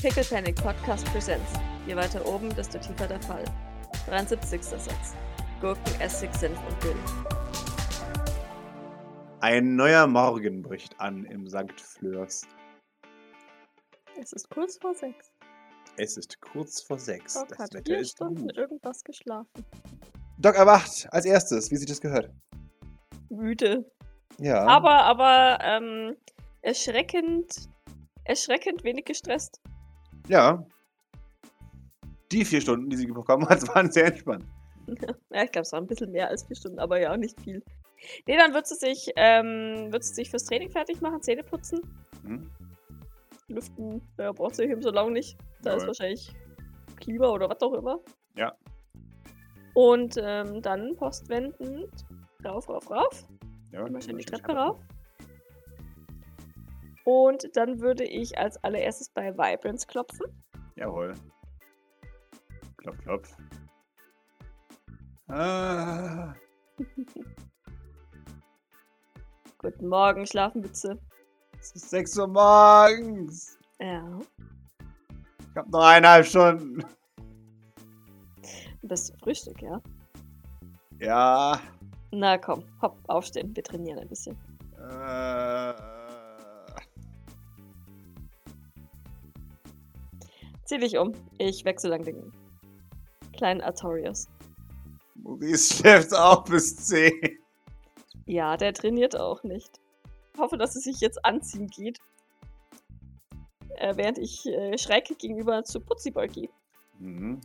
Pickle Panic Podcast Presents. Je weiter oben, desto tiefer der Fall. 73. Satz. Gurken, Essig, Senf und Dill. Ein neuer Morgen bricht an im St. Flörs. Es ist kurz vor sechs. Es ist kurz vor sechs. Doc das hat Wetter vier ist Stunden gut. irgendwas geschlafen. Doc erwacht als erstes, wie sich das gehört. Müde. Ja. Aber, aber, ähm, erschreckend, erschreckend wenig gestresst. Ja. Die vier Stunden, die sie bekommen hat, waren sehr entspannt. Ja, ich glaube, es war ein bisschen mehr als vier Stunden, aber ja, auch nicht viel. Nee, dann wird sie sich, ähm, wird sie sich fürs Training fertig machen, Zähne putzen. Hm? Lüften, ja, braucht sie eben so lange nicht. Da ist Jawohl. wahrscheinlich Klima oder was auch immer. Ja. Und ähm, dann postwendend rauf, rauf, rauf. Ja, Wahrscheinlich das Treppe hat- rauf. Und dann würde ich als allererstes bei Vibrance klopfen. Jawohl. Klopf, klopf. Ah, Guten Morgen, Schlafmütze. es ist 6 Uhr morgens. Ja. Ich hab noch eineinhalb Stunden. Das ist Frühstück, ja. Ja. Na komm, hopp, aufstehen. Wir trainieren ein bisschen. Äh, Zieh dich um. Ich wechsle lang den kleinen Artorius. Maurice schläft auch bis 10. Ja, der trainiert auch nicht. Ich hoffe, dass es sich jetzt anziehen geht. Äh, während ich äh, schräg gegenüber zu Putziboy gehe. Mhm.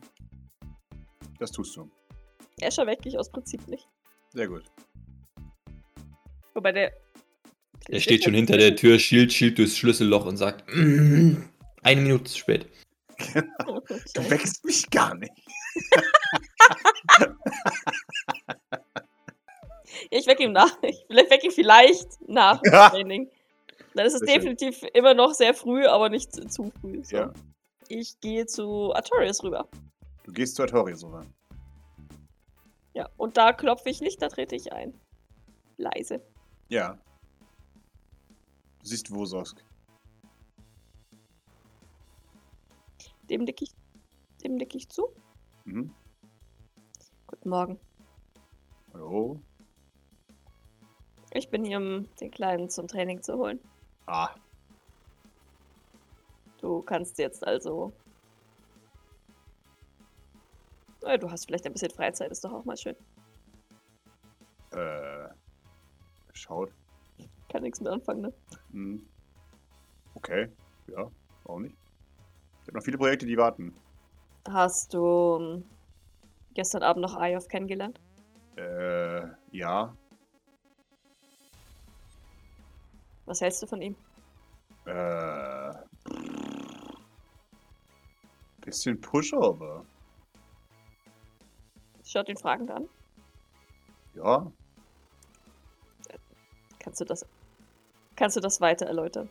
Das tust du. Escher wecke ich aus Prinzip nicht. Sehr gut. Wobei der. Er steht schon hinter der Tür, schielt, schielt durchs Schlüsselloch und sagt, "Mm, eine Minute zu spät. Du wächst mich gar nicht. ich wecke ihm nach. Ich wecke ihn vielleicht nach dem Ja. Training. Dann ist es Sehr schön. definitiv immer noch sehr früh, aber nicht zu- zu früh. So. Ja. Ich gehe zu Artorius rüber. Du gehst zu Artorius rüber. Ja. Und da klopfe ich nicht, da trete ich ein. Leise. Ja. Du siehst Wososk. Dem nicke ich, dem nick ich zu. Mhm. Guten Morgen. Hallo? Ich bin hier, um den Kleinen zum Training zu holen. Ah, Du kannst jetzt also. Naja, Ah, du hast vielleicht ein bisschen Freizeit, ist doch auch mal schön. äh. Schaut. Kann nichts mehr anfangen, ne? Mhm. Okay. Ja, warum nicht? Ich habe noch viele Projekte, die warten. Hast du ähm, gestern Abend noch Ayov kennengelernt? Äh, ja. Was hältst du von ihm? Äh. Bisschen Pushover. Schaut ihn fragend an. Ja. Kannst du das. Kannst du das weiter erläutern?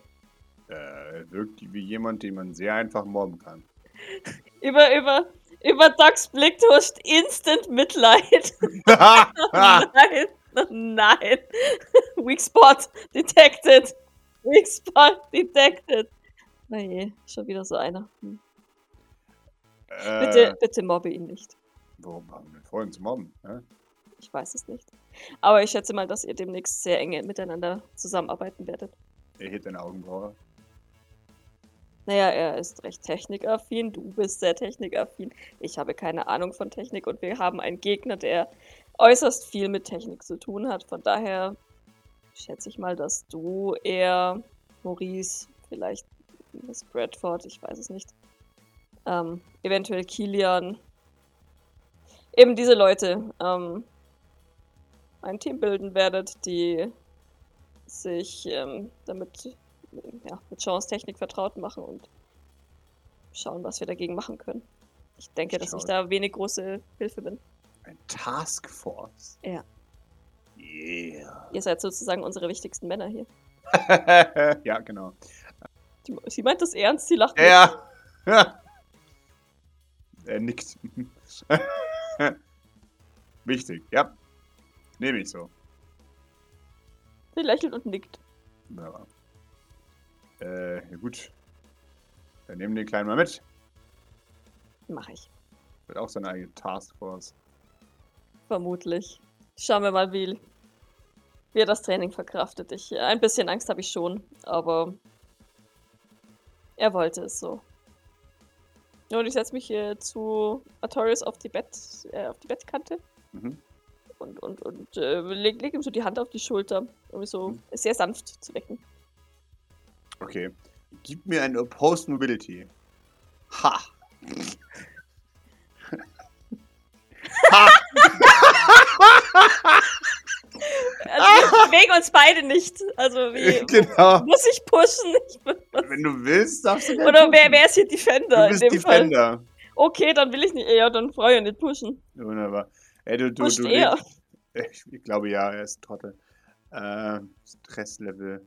Äh, wirkt wie jemand, den man sehr einfach mobben kann. Über, über, über Docs Blick huscht instant Mitleid. ah, Nein, nein. Weak spot detected. Weak spot detected. Na je, schon wieder so einer. Hm. äh, Bitte, bitte mobbe ihn nicht. Warum haben wir vorhin zu mobben? Ne? Ich weiß es nicht. Aber ich schätze mal, dass ihr demnächst sehr enge miteinander zusammenarbeiten werdet. Er hebt eine Augenbraue. Naja, er ist recht technikaffin, du bist sehr technikaffin. Ich habe keine Ahnung von Technik und wir haben einen Gegner, der äußerst viel mit Technik zu tun hat. Von daher schätze ich mal, dass du eher Maurice, vielleicht Miss Bradford, ich weiß es nicht, ähm, eventuell Kilian, eben diese Leute ähm, ein Team bilden werdet, die sich ähm, damit ja, mit Chance Technik vertraut machen und schauen, was wir dagegen machen können. Ich denke, dass ich Schaut. da wenig große Hilfe bin. Ein Taskforce? Ja. Yeah. Ihr seid sozusagen unsere wichtigsten Männer hier. ja, genau. Die, sie meint das ernst, sie lacht. nicht. Ja. er nickt. Wichtig, ja. Nehme ich so. Sie lächelt und nickt. Wunderbar. Äh, ja gut. Dann nehmen wir den Kleinen mal mit. Mache ich. Wird auch seine eigene Taskforce. Vermutlich. Schauen wir mal, wie, wie er das Training verkraftet. Ich, ein bisschen Angst habe ich schon, aber er wollte es so. Und ich setze mich hier zu Artorius auf die, Bett, äh, auf die Bettkante Mhm. und, und, und äh, leg, leg ihm so die Hand auf die Schulter, um ihn so Mhm. sehr sanft zu wecken. Okay. Gib mir ein Opposed Mobility. Ha! ha! Also, Ah! wir bewegen uns beide nicht. Also, wie, genau. muss ich pushen? Ich, Wenn du willst, darfst du gerne oder pushen. wer, wer ist hier Defender Du bist in dem Fall? Defender. Okay, dann will ich nicht. Ja, dann brauche ich nicht pushen. Wunderbar. Ey, du, du, Pusht du er. Ich, ich glaube ja, er ist ein Trottel. Äh, Stresslevel.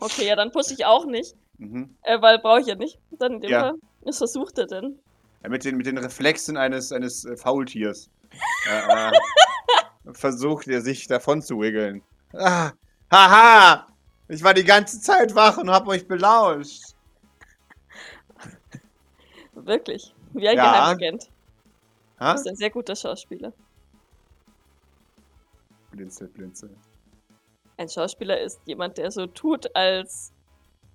Okay, ja, dann pushe ich auch nicht. Mhm. Äh, weil brauche ich ja nicht. Dann in dem Ja. Fall. Was versucht er denn? Ja, mit, den, mit den Reflexen eines, eines äh, Faultiers äh, äh, versucht er sich davon zu wiggeln. Ah, haha! Ich war die ganze Zeit wach und hab euch belauscht. Wirklich. Wie ein Ja. Geheimagent. Ha? Das ist ein sehr guter Schauspieler. Blinzel, blinzel. Ein Schauspieler ist jemand, der so tut, als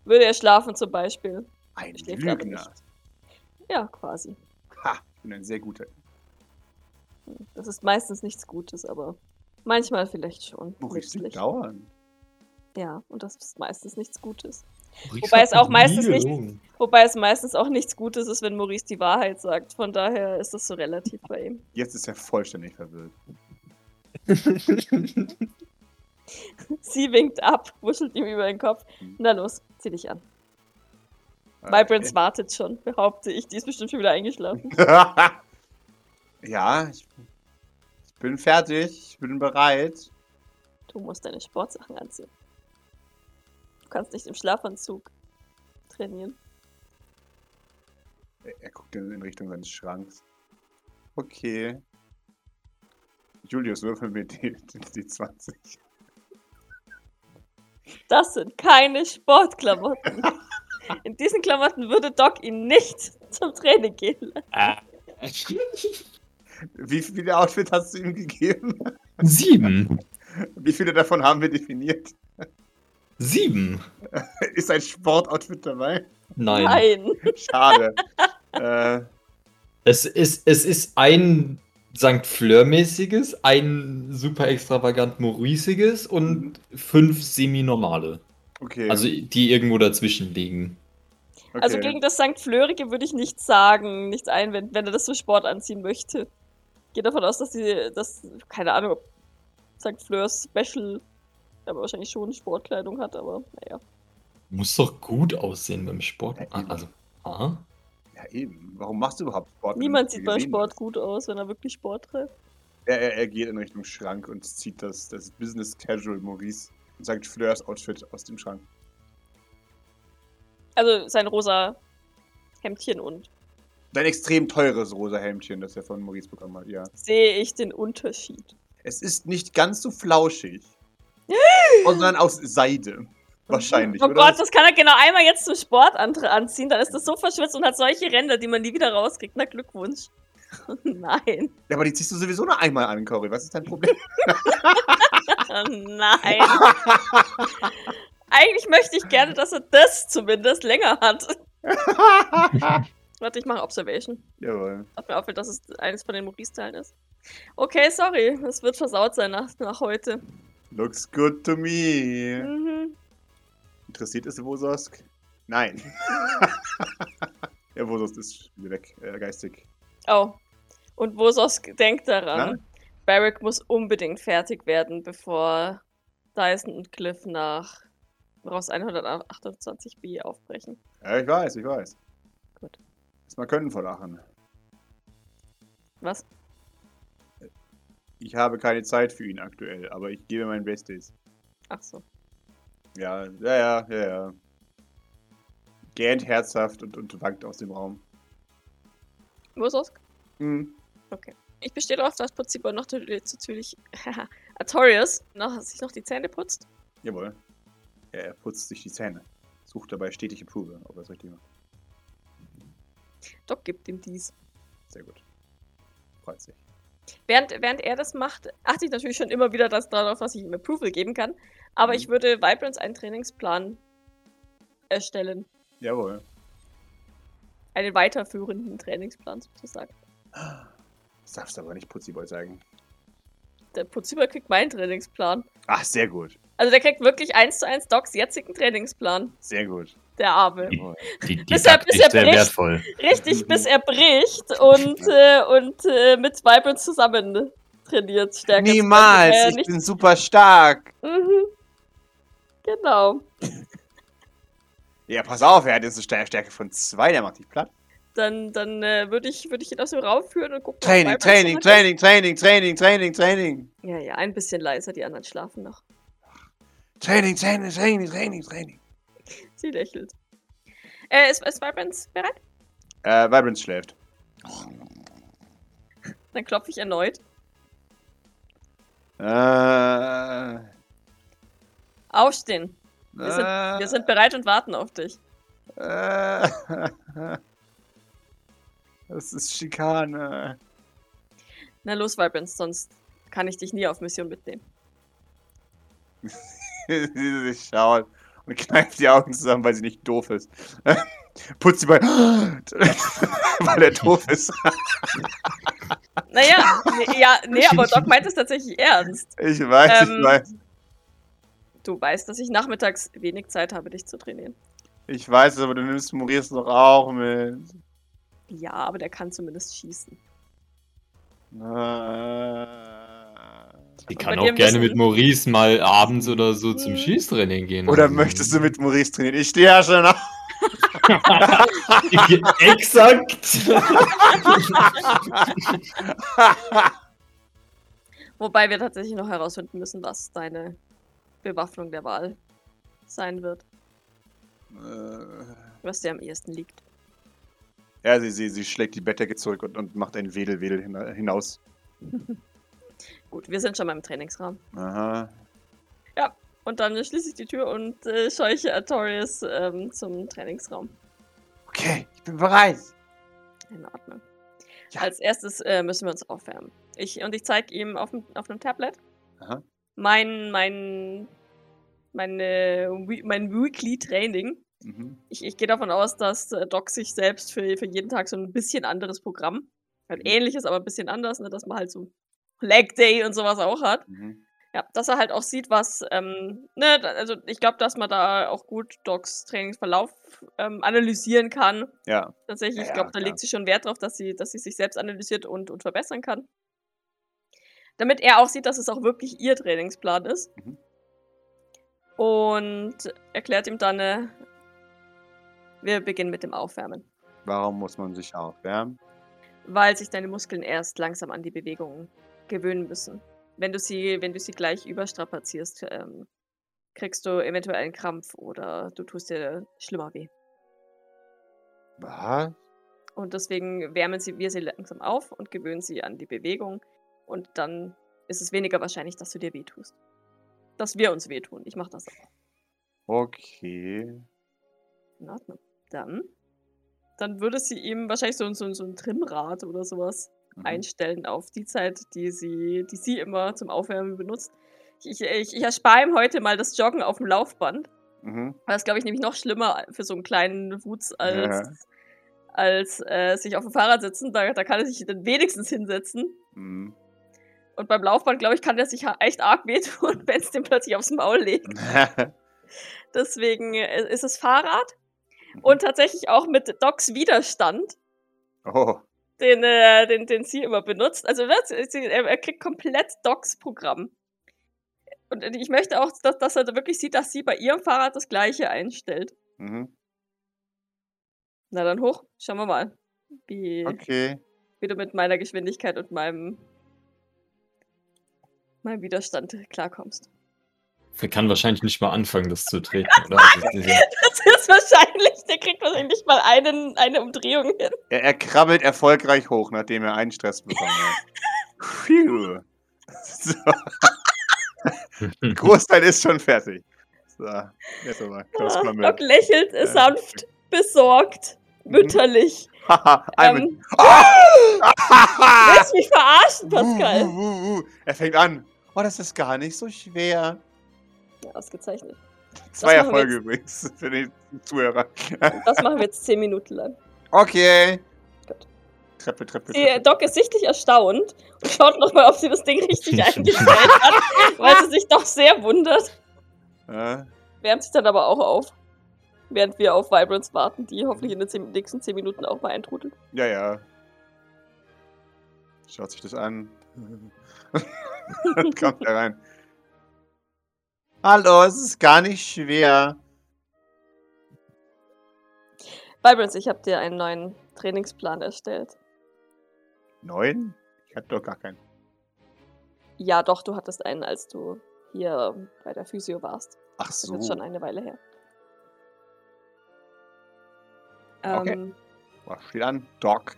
würde er schlafen zum Beispiel. Ein Schläft aber Lügner. Ja, quasi. Ha, ich bin ein sehr guter. Das ist meistens nichts Gutes, aber manchmal vielleicht schon. Maurice nützlich. dauern. Ja, und das ist meistens nichts Gutes. Rick Wobei hat es auch nie meistens nicht- gelogen. Wobei es meistens auch nichts Gutes ist, wenn Maurice die Wahrheit sagt. Von daher ist das so relativ bei ihm. Jetzt ist er vollständig verwirrt. Sie winkt ab, wuschelt ihm über den Kopf. Mhm. Na los, zieh dich an. Äh, Vibrance wartet schon, behaupte ich. Die ist bestimmt schon wieder eingeschlafen. ja, ich, ich bin fertig. Ich bin bereit. Du musst deine Sportsachen anziehen. Du kannst nicht im Schlafanzug trainieren. Er, er guckt in, in Richtung seines Schranks. Okay. Julius, würfel mir die, die, die 20. Das sind keine Sportklamotten. In diesen Klamotten würde Doc ihn nicht zum Training gehen lassen. Ah. Wie viele Outfits hast du ihm gegeben? Sieben. Wie viele davon haben wir definiert? Sieben. Ist ein Sportoutfit dabei? Nein. Schade. äh, Es, ist, es ist ein St. Fleur-mäßiges, ein super extravagant Mauriziges und fünf semi-normale. okay. Also die irgendwo dazwischen liegen. okay. Also gegen das St. Flörige würde ich nichts sagen, nichts einwenden, wenn er das für Sport anziehen möchte. Ich gehe davon aus, dass die, dass, keine Ahnung, ob St. Fleur Special, aber wahrscheinlich schon Sportkleidung hat, aber naja. Muss doch gut aussehen beim Sport. Ah, also, ah. Ja, eben. Warum machst du überhaupt Sport? wenn Niemand du sieht nicht beim gesehen Sport hast? gut aus, wenn er wirklich Sport treibt. Er, er, er geht in Richtung Schrank und zieht das, das Business Casual Maurice und sagt Fleurs Outfit aus dem Schrank. Also sein rosa Hemdchen und Dein extrem teures rosa Hemdchen, das er von Maurice bekommen hat, ja. sehe ich den Unterschied. Es ist nicht ganz so flauschig, sondern aus Seide. Wahrscheinlich, Oh oder? Gott, das kann er genau einmal jetzt zum Sport andere anziehen, dann ist das so verschwitzt und hat solche Ränder, die man nie wieder rauskriegt. Na Glückwunsch. Nein. Ja, aber die ziehst du sowieso nur einmal an, Cory. Was ist dein Problem? Oh nein. Eigentlich möchte ich gerne, dass er das zumindest länger hat. Warte, ich mache Observation. Jawohl. Hat mir aufgefallen, dass es eines von den Maurice-Teilen ist. Okay, sorry. Es wird versaut sein nach, nach heute. Looks good to me. Mhm. Interessiert ist Wososk? Nein. ja, Wososk ist wieder weg, äh, geistig. Oh. Und Wososk denkt daran, Na? Barrick muss unbedingt fertig werden, bevor Dyson und Cliff nach Ross 128b aufbrechen. Ja, ich weiß, ich weiß. Gut. Lass mal können vor Lachen. Was? Ich habe keine Zeit für ihn aktuell, aber ich gebe mein Bestes. Ach so. Ja, ja, ja, ja, ja. Gähnt herzhaft und, und wankt aus dem Raum. Wososk? Hm. Mhm. Ich bestehe darauf, dass Putzieber noch äh, natürlich Artorius noch, sich noch die Zähne putzt. Jawohl. Er putzt sich die Zähne. Sucht dabei stetig Approval, ob er es richtig macht. Doc gibt ihm dies. Sehr gut. Freut sich. Während, während er das macht, achte ich natürlich schon immer wieder das darauf, was ich ihm Approval geben kann. Aber Mhm. ich würde Vibrance einen Trainingsplan erstellen. Jawohl. Einen weiterführenden Trainingsplan sozusagen. Das darfst du aber nicht Putziboy sagen. Der Putziber kriegt meinen Trainingsplan. Ach, sehr gut. Also der kriegt wirklich eins zu eins Docs jetzigen Trainingsplan. Sehr gut. der Arme. Jawohl. Die, die Deshalb Taktik ist er sehr bricht. wertvoll. Richtig, bis er bricht und, äh, und äh, mit Vibrant zusammen trainiert. Stärker zusammen. Niemals! Äh, ich nicht, bin super stark! mhm. Genau. Ja, pass auf, er hat jetzt eine Stär- Stärke von 2, der macht dich platt. Dann, dann äh, würde ich, würd ich ihn aus dem Raum führen und gucken. ob Training, Vibrant Training, soweit Training, Training, Training, Training, Training! ist. Ja, ja, ein bisschen leiser, die anderen schlafen noch. Training, Training, Training, Training, Training! Sie lächelt. Äh, ist, ist Vibrant bereit? Äh, Vibrance schläft. Dann klopfe ich erneut. Äh, wir Aufstehen. Wir sind bereit und warten auf dich. Äh, das ist Schikane. Na los, Vibrant, sonst kann ich dich nie auf Mission mitnehmen. sie sich schaut und kneift die Augen zusammen, weil sie nicht doof ist. Putzt sie bei, weil er doof ist. Naja, nee, ja, nee, aber Doc meint es tatsächlich ernst. Ich weiß, Ähm. ich weiß, Du weißt, dass ich nachmittags wenig Zeit habe, dich zu trainieren. ich weiß, aber du nimmst Maurice doch auch mit. Ja, aber der kann zumindest schießen. Äh. Ich kann Bei auch dem gerne wissen- mit Maurice mal abends oder so zum Mhm. Schießtraining gehen. Oder Also- möchtest du mit Maurice trainieren? Ich stehe ja schon auf. Exakt! Wobei wir tatsächlich noch herausfinden müssen, was deine Bewaffnung der Wahl sein wird, was dir am ehesten liegt. Äh, Ja, sie, sie, sie schlägt die Bettdecke zurück und, und macht ein Wedel-Wedel hina- hinaus. Gut, wir sind schon mal im Trainingsraum. Aha. Und dann schließe ich die Tür und äh, scheuche Artorius ähm, zum Trainingsraum. Okay, ich bin bereit. In Ordnung. Ja. Als erstes äh, müssen wir uns aufwärmen. Ich, und ich zeige ihm auf, dem- auf einem Tablet Aha. mein, mein, meine, we- mein Weekly Training. Mhm. Ich, ich gehe davon aus, dass äh, Doc sich selbst für, für jeden Tag so ein bisschen anderes Programm, halt Mhm. ähnliches, aber ein bisschen anders, ne, dass man halt so Leg Day und sowas auch hat. Mhm. Ja, dass er halt auch sieht, was, ähm, ne, da- also ich glaube, dass man da auch gut Docs Trainingsverlauf ähm, analysieren kann. Ja. Tatsächlich, Ja, ich ja, glaube, da klar. legt sie schon Wert drauf, dass sie, dass sie sich selbst analysiert und, und verbessern kann. Damit er auch sieht, dass es auch wirklich ihr Trainingsplan ist. Mhm. Und erklärt ihm dann, äh, wir beginnen mit dem Aufwärmen. Warum muss man sich aufwärmen? Weil sich deine Muskeln erst langsam an die Bewegungen gewöhnen müssen. Wenn du sie, wenn du sie gleich überstrapazierst, ähm, kriegst du eventuell einen Krampf oder du tust dir schlimmer weh. Was? Und deswegen wärmen sie, wir sie langsam auf und gewöhnen sie an die Bewegung. Und dann ist es weniger wahrscheinlich, dass du dir wehtust. Dass wir uns wehtun. Ich mache das auch. Okay. In Ordnung. Dann. Dann würde sie ihm wahrscheinlich so, ein- so, ein- so ein Trimmrad oder sowas Mhm. einstellen auf die Zeit, die sie, die sie immer zum Aufwärmen benutzt. Ich, ich, ich, ich erspare ihm heute mal das Joggen auf dem Laufband. Mhm. Das glaube ich nämlich noch schlimmer für so einen kleinen Wutz als, Ja. als äh, sich auf dem Fahrrad sitzen. Da, da kann er sich dann wenigstens hinsetzen. Mhm. Und beim Laufband, glaube ich, kann der sich ha- echt arg wehtun, wenn es dem plötzlich aufs Maul legt. Deswegen äh, ist es Fahrrad und tatsächlich auch mit Docs Widerstand, oh. den, äh, den, den sie immer benutzt. Also ne, sie- sie- er er kriegt komplett Docs Programm. Und äh, ich möchte auch, dass, dass er da wirklich sieht, dass sie bei ihrem Fahrrad das gleiche einstellt. Mhm. Na dann hoch, schauen wir mal, wie, Okay. wie du mit meiner Geschwindigkeit und meinem, meinem Widerstand klarkommst. Man kann wahrscheinlich nicht mal anfangen, das zu treten, oder? Also, das ist ja- Das ist wahrscheinlich, der kriegt wahrscheinlich nicht mal einen, eine Umdrehung hin. Er, er krabbelt erfolgreich hoch, nachdem er einen Stress bekommen hat. Phew. So, Großteil ist schon fertig. So, jetzt aber. Klaus Ah, Klammel. Doc lächelt, ist Ja. sanft, besorgt. Mütterlich. Haha, Ah! Almond. Ähm, Haha! willst du mich verarschen, Pascal? Uh, uh, uh, uh. Er fängt an. Oh, das ist gar nicht so schwer. Ja, ausgezeichnet. Zweierfolge übrigens für die Zuhörer. Das machen wir jetzt zehn Minuten lang. Okay. Gut. Treppe, Treppe, Die Treppe. Doc ist sichtlich erstaunt und schaut nochmal, ob sie das Ding richtig eingestellt hat, weil sie sich doch sehr wundert. Äh, Wärmt sich dann aber auch auf, während wir auf Vibrance warten, die hoffentlich in den zehn- nächsten zehn Minuten auch mal eintrudelt. ja, ja. Schaut sich das an. Dann kommt er rein. Hallo, es ist gar nicht schwer. Vibrance, ich habe dir einen neuen Trainingsplan erstellt. Neun? Ich hab doch gar keinen. Ja, doch, du hattest einen, als du hier bei der Physio warst. Ach Das ist so. jetzt schon eine Weile her. Ähm, Okay. Boah, Oh, steht an. Doc.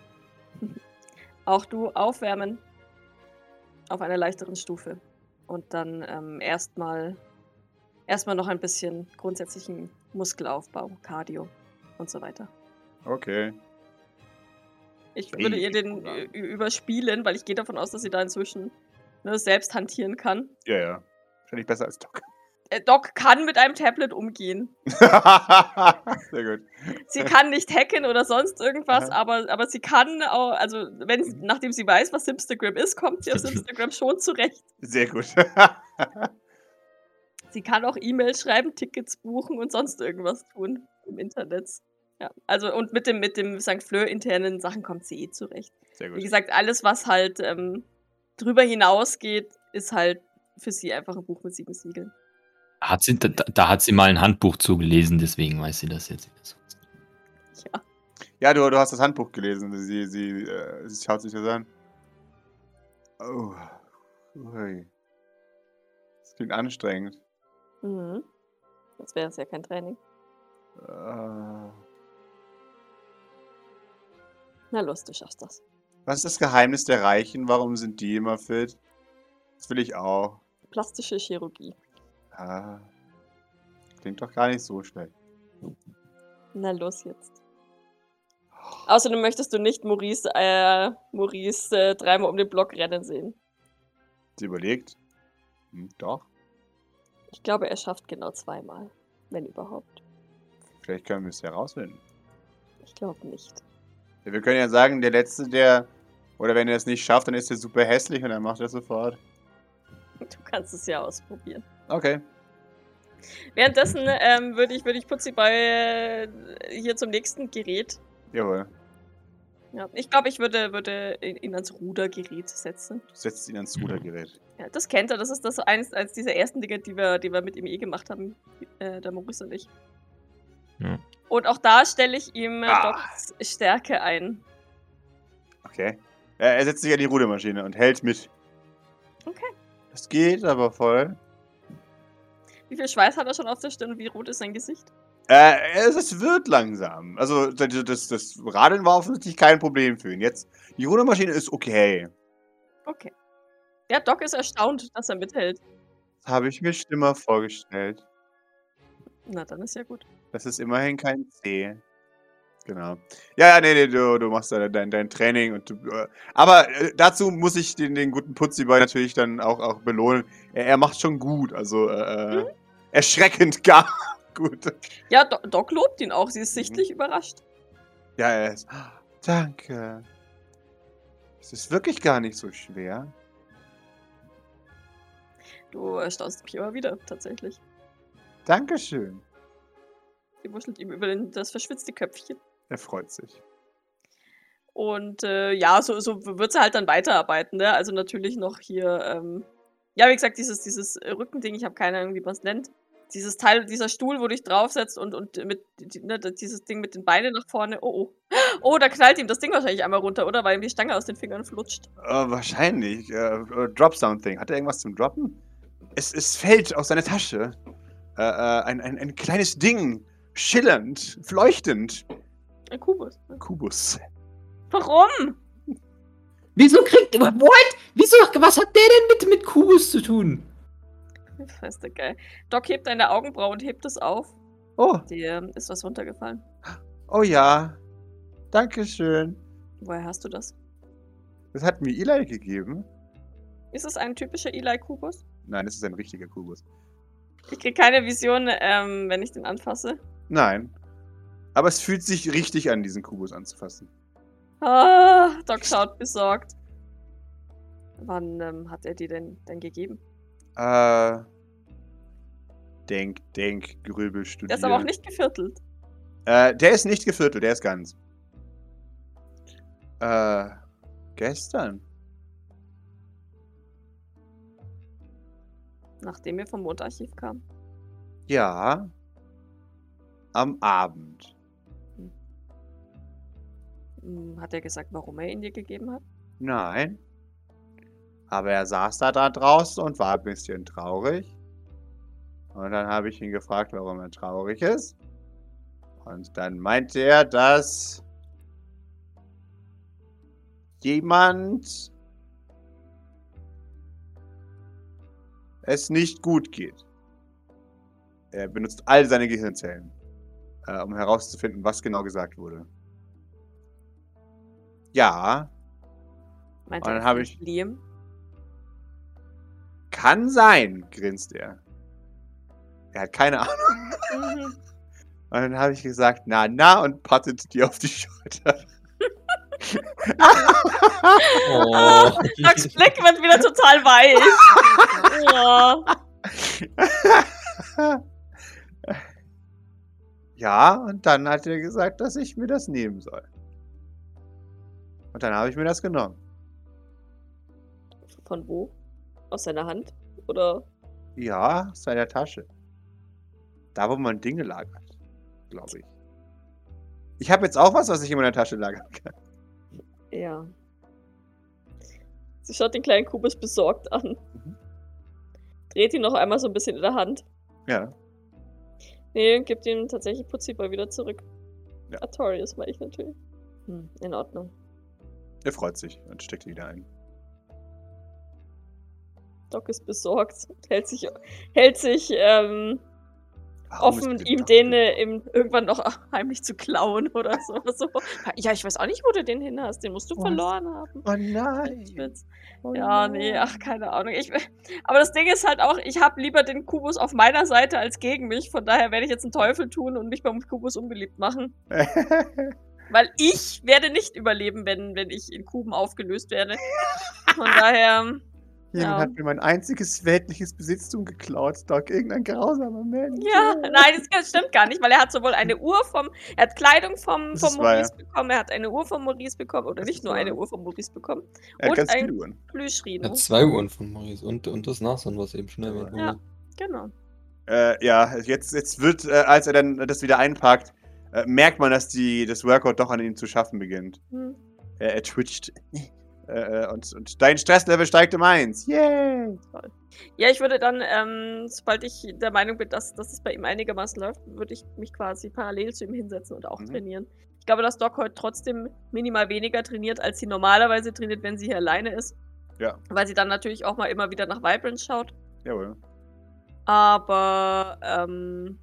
Auch du aufwärmen. Auf einer leichteren Stufe. Und dann ähm, erstmal erstmal noch ein bisschen grundsätzlichen Muskelaufbau, Cardio und so weiter. Okay. Ich Ey, würde ihr den oder? äh, ü- überspielen, weil ich gehe davon aus, dass sie da inzwischen ne, selbst hantieren kann. Ja, ja. Wahrscheinlich besser als Doc. Äh, Doc kann mit einem Tablet umgehen. Sehr gut. Sie kann nicht hacken oder sonst irgendwas, Aha. Mhm. aber, aber sie kann auch, also wenn sie- nachdem sie weiß, was Simstagram ist, kommt sie auf Simstagram schon zurecht. Sehr gut. Sie kann auch E-Mails schreiben, Tickets buchen und sonst irgendwas tun im Internet. Ja, also und mit dem, mit dem St. Fleur internen Sachen kommt sie eh zurecht. Sehr Wie gut. gesagt, alles, was halt ähm, drüber hinausgeht, ist halt für sie einfach ein Buch mit sieben Siegeln. Hat sie, da, da hat sie mal ein Handbuch zugelesen, deswegen weiß sie das jetzt. Ja. Ja, du, du hast das Handbuch gelesen. Sie, sie, äh, sie schaut sich das an. Oh. Ui. Das klingt anstrengend. Mhm. Sonst wäre es ja kein Training. Äh, Na los, du schaffst das. was ist das Geheimnis der Reichen? Warum sind die immer fit? Das will ich auch. Plastische Chirurgie. Ah. Klingt doch gar nicht so schlecht. Na los jetzt. Außerdem möchtest du nicht Maurice, äh, Maurice äh, dreimal um den Block rennen sehen. Sie überlegt. Hm, doch. Ich glaube, er schafft genau zweimal, wenn überhaupt. Vielleicht können wir es herausfinden. Ich glaube nicht. Ja, wir können ja sagen, der Letzte, der. Oder wenn er es nicht schafft, dann ist er super hässlich und dann macht er es sofort. Du kannst es ja ausprobieren. Okay. Währenddessen ähm, würde ich, würd ich Putzi bei äh, hier zum nächsten Gerät. Jawohl. Ja, ich glaube, ich würde, würde ihn ihn ans Rudergerät setzen. Du setzt ihn ans Rudergerät. Ja, das kennt er. Das ist das eines, eines dieser ersten Dinge, die wir, die wir mit ihm eh gemacht haben, äh, der Maurice und ich. Ja. Und auch da stelle ich ihm äh, Ah. Docs Stärke ein. Okay. Er, er setzt sich an die Rudermaschine und hält mit. Okay. Das geht aber voll. Wie viel Schweiß hat er schon auf der Stirn und wie rot ist sein Gesicht? Äh, es, es wird langsam. Also das, das, das Radeln war offensichtlich kein Problem für ihn. Jetzt, die Rudermaschine ist okay. Okay. Der Doc ist erstaunt, dass er mithält. Das habe ich mir schlimmer vorgestellt. Na, dann ist ja gut. Das ist immerhin kein C. Genau. Ja, ja, nee, nee, du, du machst dein, dein, dein Training und du, äh, Aber äh, dazu muss ich den, den guten Putziboy natürlich dann auch, auch belohnen. Er, er macht schon gut, also äh, äh, erschreckend gar gut. Ja, Do Doc lobt ihn auch. Sie ist sichtlich überrascht. Ja, er ist. "Ah, Danke. Es ist wirklich gar nicht so schwer. Du erstaunst mich immer wieder, tatsächlich. Dankeschön. Sie wuschelt ihm über den, das verschwitzte Köpfchen. Er freut sich. Und äh, ja, so, so wird sie halt dann weiterarbeiten, ne? Also natürlich noch hier, ähm, ja, wie gesagt, dieses, dieses äh, Rückending, ich habe keine Ahnung, wie man es nennt. Dieses Teil, dieser Stuhl, wo du dich draufsetzt und, und mit die, ne, dieses Ding mit den Beinen nach vorne. Oh, oh. Oh, da knallt ihm das Ding wahrscheinlich einmal runter, oder? Weil ihm die Stange aus den Fingern flutscht. Äh, wahrscheinlich. Äh, äh, drop something. Hat er irgendwas zum Droppen? Es, es fällt aus seiner Tasche. Äh, äh, ein, ein, ein kleines Ding. Schillernd, leuchtend. Ein Kubus. ne? Kubus. Warum? Wieso kriegt. What? Wieso? Was hat der denn mit, mit Kubus zu tun? Das ist geil. Doc hebt eine Augenbraue und hebt es auf. Oh, Dir ist was runtergefallen. oh ja. Dankeschön. Woher hast du das? Das hat mir Eli gegeben. Ist es ein typischer Eli-Kubus? Nein, das ist ein richtiger Kubus. Ich kriege keine Vision, ähm, wenn ich den anfasse. Nein. Aber es fühlt sich richtig an, diesen Kubus anzufassen. Ah, Doc schaut besorgt. Wann ähm, hat er dir denn, denn gegeben? Äh. Denk, denk, grübel, studieren. Der ist aber auch nicht geviertelt. Äh, der ist nicht geviertelt, der ist ganz. Äh, gestern. Nachdem wir vom Mondarchiv kamen. Ja. Am Abend. Hm, Hat er gesagt, warum er ihn dir gegeben hat? Nein. Aber er saß da, da draußen und war ein bisschen traurig. Und dann habe ich ihn gefragt, warum er traurig ist. Und dann meinte er, dass jemand es nicht gut geht. Er benutzt all seine Gehirnzellen, äh, um herauszufinden, was genau gesagt wurde. Ja, Meinte Und er dann hab nicht ich- Liam? Kann sein, grinst er. Er hat keine Ahnung. Mhm. Und dann habe ich gesagt, na, na, und pattet die auf die Schulter. Oh. Docs Blick wird wieder total weich. ja. Ja, und dann hat er gesagt, dass ich mir das nehmen soll. Und dann habe ich mir das genommen. Von wo? Aus seiner Hand? Oder? Ja, aus seiner Tasche. Da, wo man Dinge lagert, glaube ich. Ich habe jetzt auch was, was ich in meiner Tasche lagern kann. Ja. Sie schaut den kleinen Kubus besorgt an. Mhm. Dreht ihn noch einmal so ein bisschen in der Hand. Ja. Nee, gibt ihm tatsächlich Putziball wieder zurück. Ja. Artorius war ich natürlich. Hm, in Ordnung. Er freut sich und steckt ihn wieder ein. Doc ist besorgt und hält sich, hält sich ähm, Warum offen, ist ihm Doc- den äh, im, irgendwann noch heimlich zu klauen oder so. so. Ja, ich weiß auch nicht, wo du den hin hast. Den musst du Was? verloren haben. Oh nein. Schwitz. Oh Ja, nein. nee, ach, keine Ahnung. Ich, aber das Ding ist halt auch, ich habe lieber den Kubus auf meiner Seite als gegen mich. Von daher werde ich jetzt einen Teufel tun und mich beim Kubus unbeliebt machen. Weil ich werde nicht überleben, wenn, wenn ich in Kuben aufgelöst werde. Von daher, Jemand Ja. hat mir mein einziges weltliches Besitztum geklaut, Doc. Irgendein grausamer Mensch. ja, nein, das kann- stimmt gar nicht, weil er hat sowohl eine Uhr vom, er hat Kleidung vom, Das vom ist wahr, Maurice bekommen, er hat eine Uhr vom Maurice bekommen, oder Das nicht ist nur wahr. eine Uhr vom Maurice bekommen, Er hat Und ganz ein- viele Uhren. Plüschrino. Ja, zwei Uhren von Maurice und, und das Nashorn, was eben schon erwähnt wurde. Ja. Genau. Äh, ja, jetzt, jetzt wird, äh, als er dann das wieder einpackt, äh, merkt man, dass die, das Workout doch an ihm zu schaffen beginnt. Hm. Er, er twitcht. Äh, äh, und, und dein Stresslevel steigt um eins. Yay! Ja, ich würde dann, ähm, sobald ich der Meinung bin, dass, dass es bei ihm einigermaßen läuft, würde ich mich quasi parallel zu ihm hinsetzen und auch Mhm. trainieren. Ich glaube, dass Doc heute trotzdem minimal weniger trainiert, als sie normalerweise trainiert, wenn sie hier alleine ist. Ja. Weil sie dann natürlich auch mal immer wieder nach Vibrance schaut. Jawohl. Aber, ähm,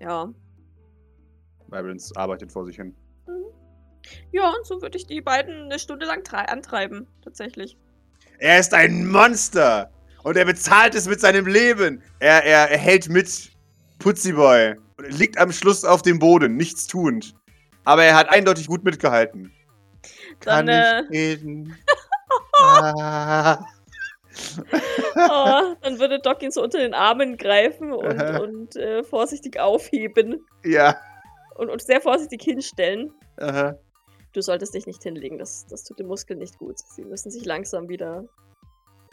ja. Vibrance arbeitet vor sich hin. Ja, und so würde ich die beiden eine Stunde lang trei- antreiben, tatsächlich. Er ist ein Monster! Und er bezahlt es mit seinem Leben! Er, er, er hält mit Putziboy und er liegt am Schluss auf dem Boden, nichts tuend. Aber er hat eindeutig gut mitgehalten. Dann, äh, reden? ah. oh, dann würde Doc ihn so unter den Armen greifen und, Aha. und äh, vorsichtig aufheben. Ja. und, und sehr vorsichtig hinstellen. Aha. Du solltest dich nicht hinlegen, das, das tut den Muskeln nicht gut. Sie müssen sich langsam wieder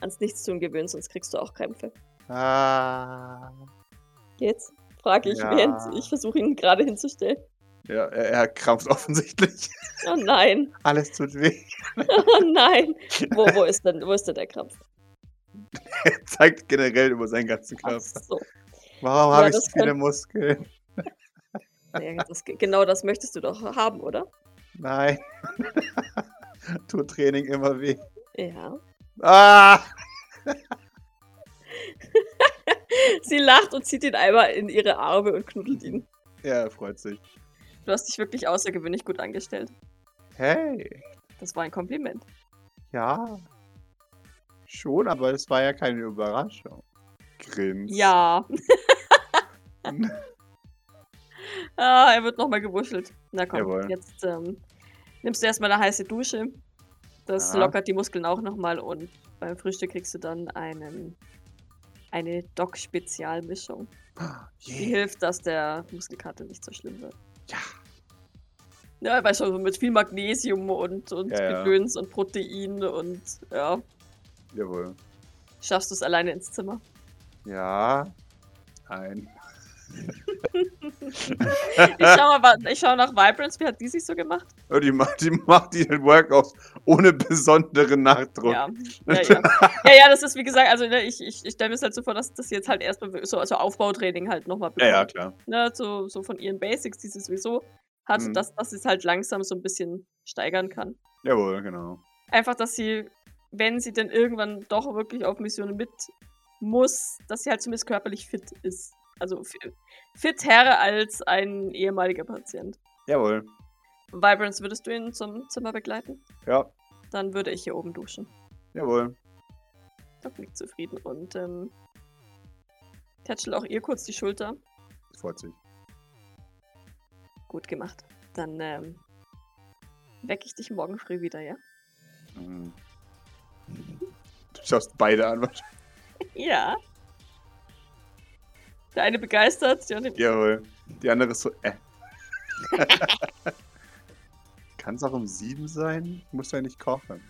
ans Nichtstun gewöhnen, sonst kriegst du auch Krämpfe. Ah. Geht's? Frage ich, Ja. während ich versuche, ihn gerade hinzustellen. Ja, er, er krampft offensichtlich. Oh nein, Alles tut weh. oh nein. Wo, wo, ist, denn, wo ist denn der Krampf? Er zeigt generell über seinen ganzen Ach Körper. so. Warum Ja, habe ich das so viele kann- Muskeln? Ja, das, genau das möchtest du doch haben, oder? Nein. tut Training immer weh. Ja. Ah! Sie lacht und zieht ihn einmal in ihre Arme und knuddelt ihn. Ja, er freut sich. Du hast dich wirklich außergewöhnlich gut angestellt. Hey, Das war ein Kompliment. ja. Schon, aber es war ja keine Überraschung. Grins. Ja. ah, er wird nochmal gewuschelt. Na komm, Jawohl. jetzt ähm, nimmst du erstmal eine heiße Dusche. Das Aha. lockert die Muskeln auch nochmal und beim Frühstück kriegst du dann einen, eine Doc-Spezialmischung. Die Yeah. hilft, dass der Muskelkater nicht so schlimm wird. Ja. Ja, weißt du, mit viel Magnesium und, und Ja, ja. Gedöns und Protein und ja, Jawohl. schaffst du es alleine ins Zimmer. Ja. Nein. Ich schau, mal, wa- ich schau nach Vibrance, wie hat die sich so gemacht? Oh, Die macht, die macht ihren Workouts ohne besonderen Nachdruck. Ja. Ja, ja. ja, ja, das ist wie gesagt, also ne, ich, ich, ich stelle mir es halt so vor, dass das jetzt halt erstmal so also Aufbautraining halt nochmal ja, ja, klar. Ne, so, so von ihren Basics, die sie sowieso hat, Mhm. dass, dass sie es halt langsam so ein bisschen steigern kann. Jawohl, genau. Einfach, dass sie, wenn sie denn irgendwann doch wirklich auf Missionen mit muss, dass sie halt zumindest körperlich fit ist. Also fi- fit Herr als ein ehemaliger Patient. Jawohl. Vibrance, würdest du ihn zum Zimmer begleiten? Ja, Dann würde ich hier oben duschen. jawohl. Doc nickt zufrieden und ähm, tätschelt auch ihr kurz die Schulter. Freut sich. Gut gemacht. Dann ähm, wecke ich dich morgen früh wieder, ja? Mhm. Du schaust beide an. wahrscheinlich. Ja. Der eine begeistert, der andere. Jawohl. Die andere ist so, äh. Kann es auch um sieben sein? Muss ja nicht kochen.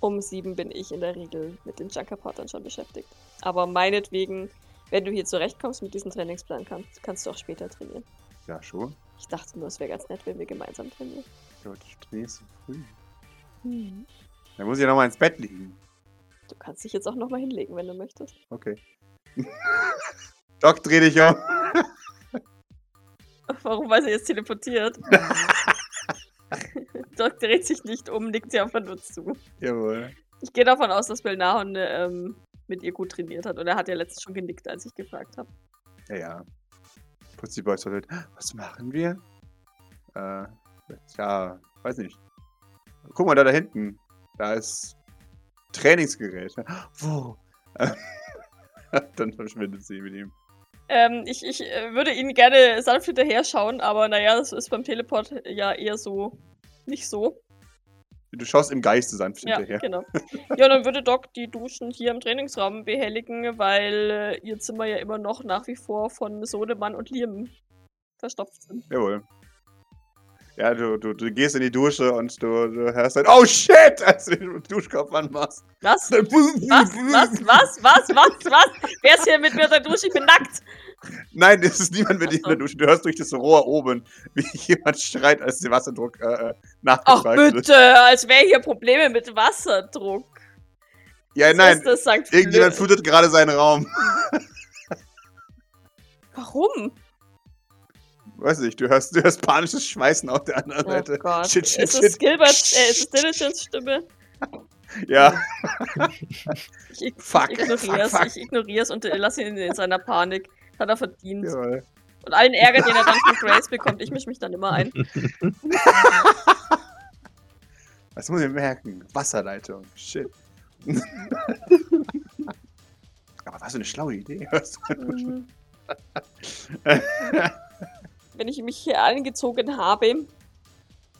Um sieben bin ich in der Regel mit den Junkerportern schon beschäftigt. Aber meinetwegen, wenn du hier zurechtkommst mit diesem Trainingsplan, kannst, kannst du auch später trainieren. Ja, schon. Ich dachte nur, es wäre ganz nett, wenn wir gemeinsam trainieren. Ja, Heute stehst du früh. Dann muss ich ja nochmal ins Bett liegen. Du kannst dich jetzt auch nochmal hinlegen, wenn du möchtest. Okay. Doc, dreh dich um. Warum, weil sie jetzt teleportiert? Doc dreht sich nicht um, nickt sie einfach nur zu. Jawohl. Ich gehe davon aus, dass Belnahon ähm, mit ihr gut trainiert hat. Und er hat ja letztens schon genickt, als ich gefragt habe. Ja, ja. Putzi Boy toilet. Was machen wir? Äh, ja, weiß nicht. Guck mal da, da hinten. Da ist Trainingsgerät. Wo? Dann verschwindet sie mit ihm. Ähm, ich ich äh, würde ihn gerne sanft hinterher schauen, aber naja, das ist beim Teleport ja eher so nicht so. Du schaust im Geiste sanft Ja, hinterher. genau. Ja, dann würde Doc die Duschen hier im Trainingsraum behelligen, weil äh, ihr Zimmer ja immer noch nach wie vor von Sodemann und Liam verstopft sind. Jawohl. Ja, du, du, du gehst in die Dusche und du, du hörst dann, oh shit, als du den Duschkopf anmachst. Was? Was? Was? Was? Was? Was? Was? Wer ist hier mit mir in der Dusche? Ich bin nackt. Nein, es ist niemand mit dir in der Ach so. Dusche. Du hörst durch das Rohr oben, wie jemand schreit, als der Wasserdruck äh, äh, Ach nachgefragt wird. bitte, als wäre hier Probleme mit Wasserdruck. Ja, Äh, nein, Das ist das St. irgendjemand Fleur. flutet gerade seinen Raum. Warum? Oh Weiß nicht, du hörst, du hörst panisches Schweißen auf der anderen Oh Seite. Gott. Shit, shit, ist es shit. Gilberts, äh, ist es Diligence Stimme? Ja, Ich, ig- Fuck, ich ignoriere es, fuck, fuck. ich ignoriere es und äh, lasse ihn in seiner Panik. Hat er verdient. jawohl. Und allen Ärger, den er dann von Grace bekommt, ich mische mich dann immer ein. Was muss ich merken? Wasserleitung. Shit. Aber was für eine schlaue Idee. Was- Mhm. Wenn ich mich hier angezogen habe,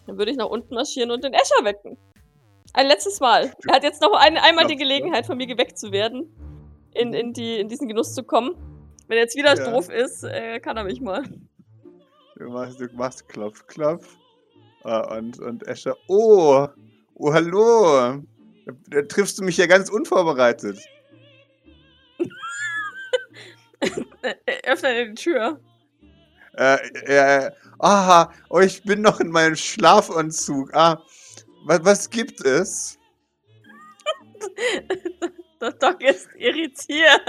dann würde ich nach unten marschieren und den Escher wecken. Ein letztes Mal. Er hat jetzt noch ein, einmal die Gelegenheit, von mir geweckt zu werden. In, in, die, in diesen Genuss zu kommen. Wenn er jetzt wieder Ja. doof ist, äh, kann er mich mal. Du machst, du machst Klopf, Klopf. Äh, Und, und Escher, oh, oh, hallo. Da, da triffst du mich ja ganz unvorbereitet. Äh, äh, öffne die Tür. Äh, äh, aha, oh, ich bin noch in meinem Schlafanzug. Ah, was, was gibt es? Der Doc ist irritiert.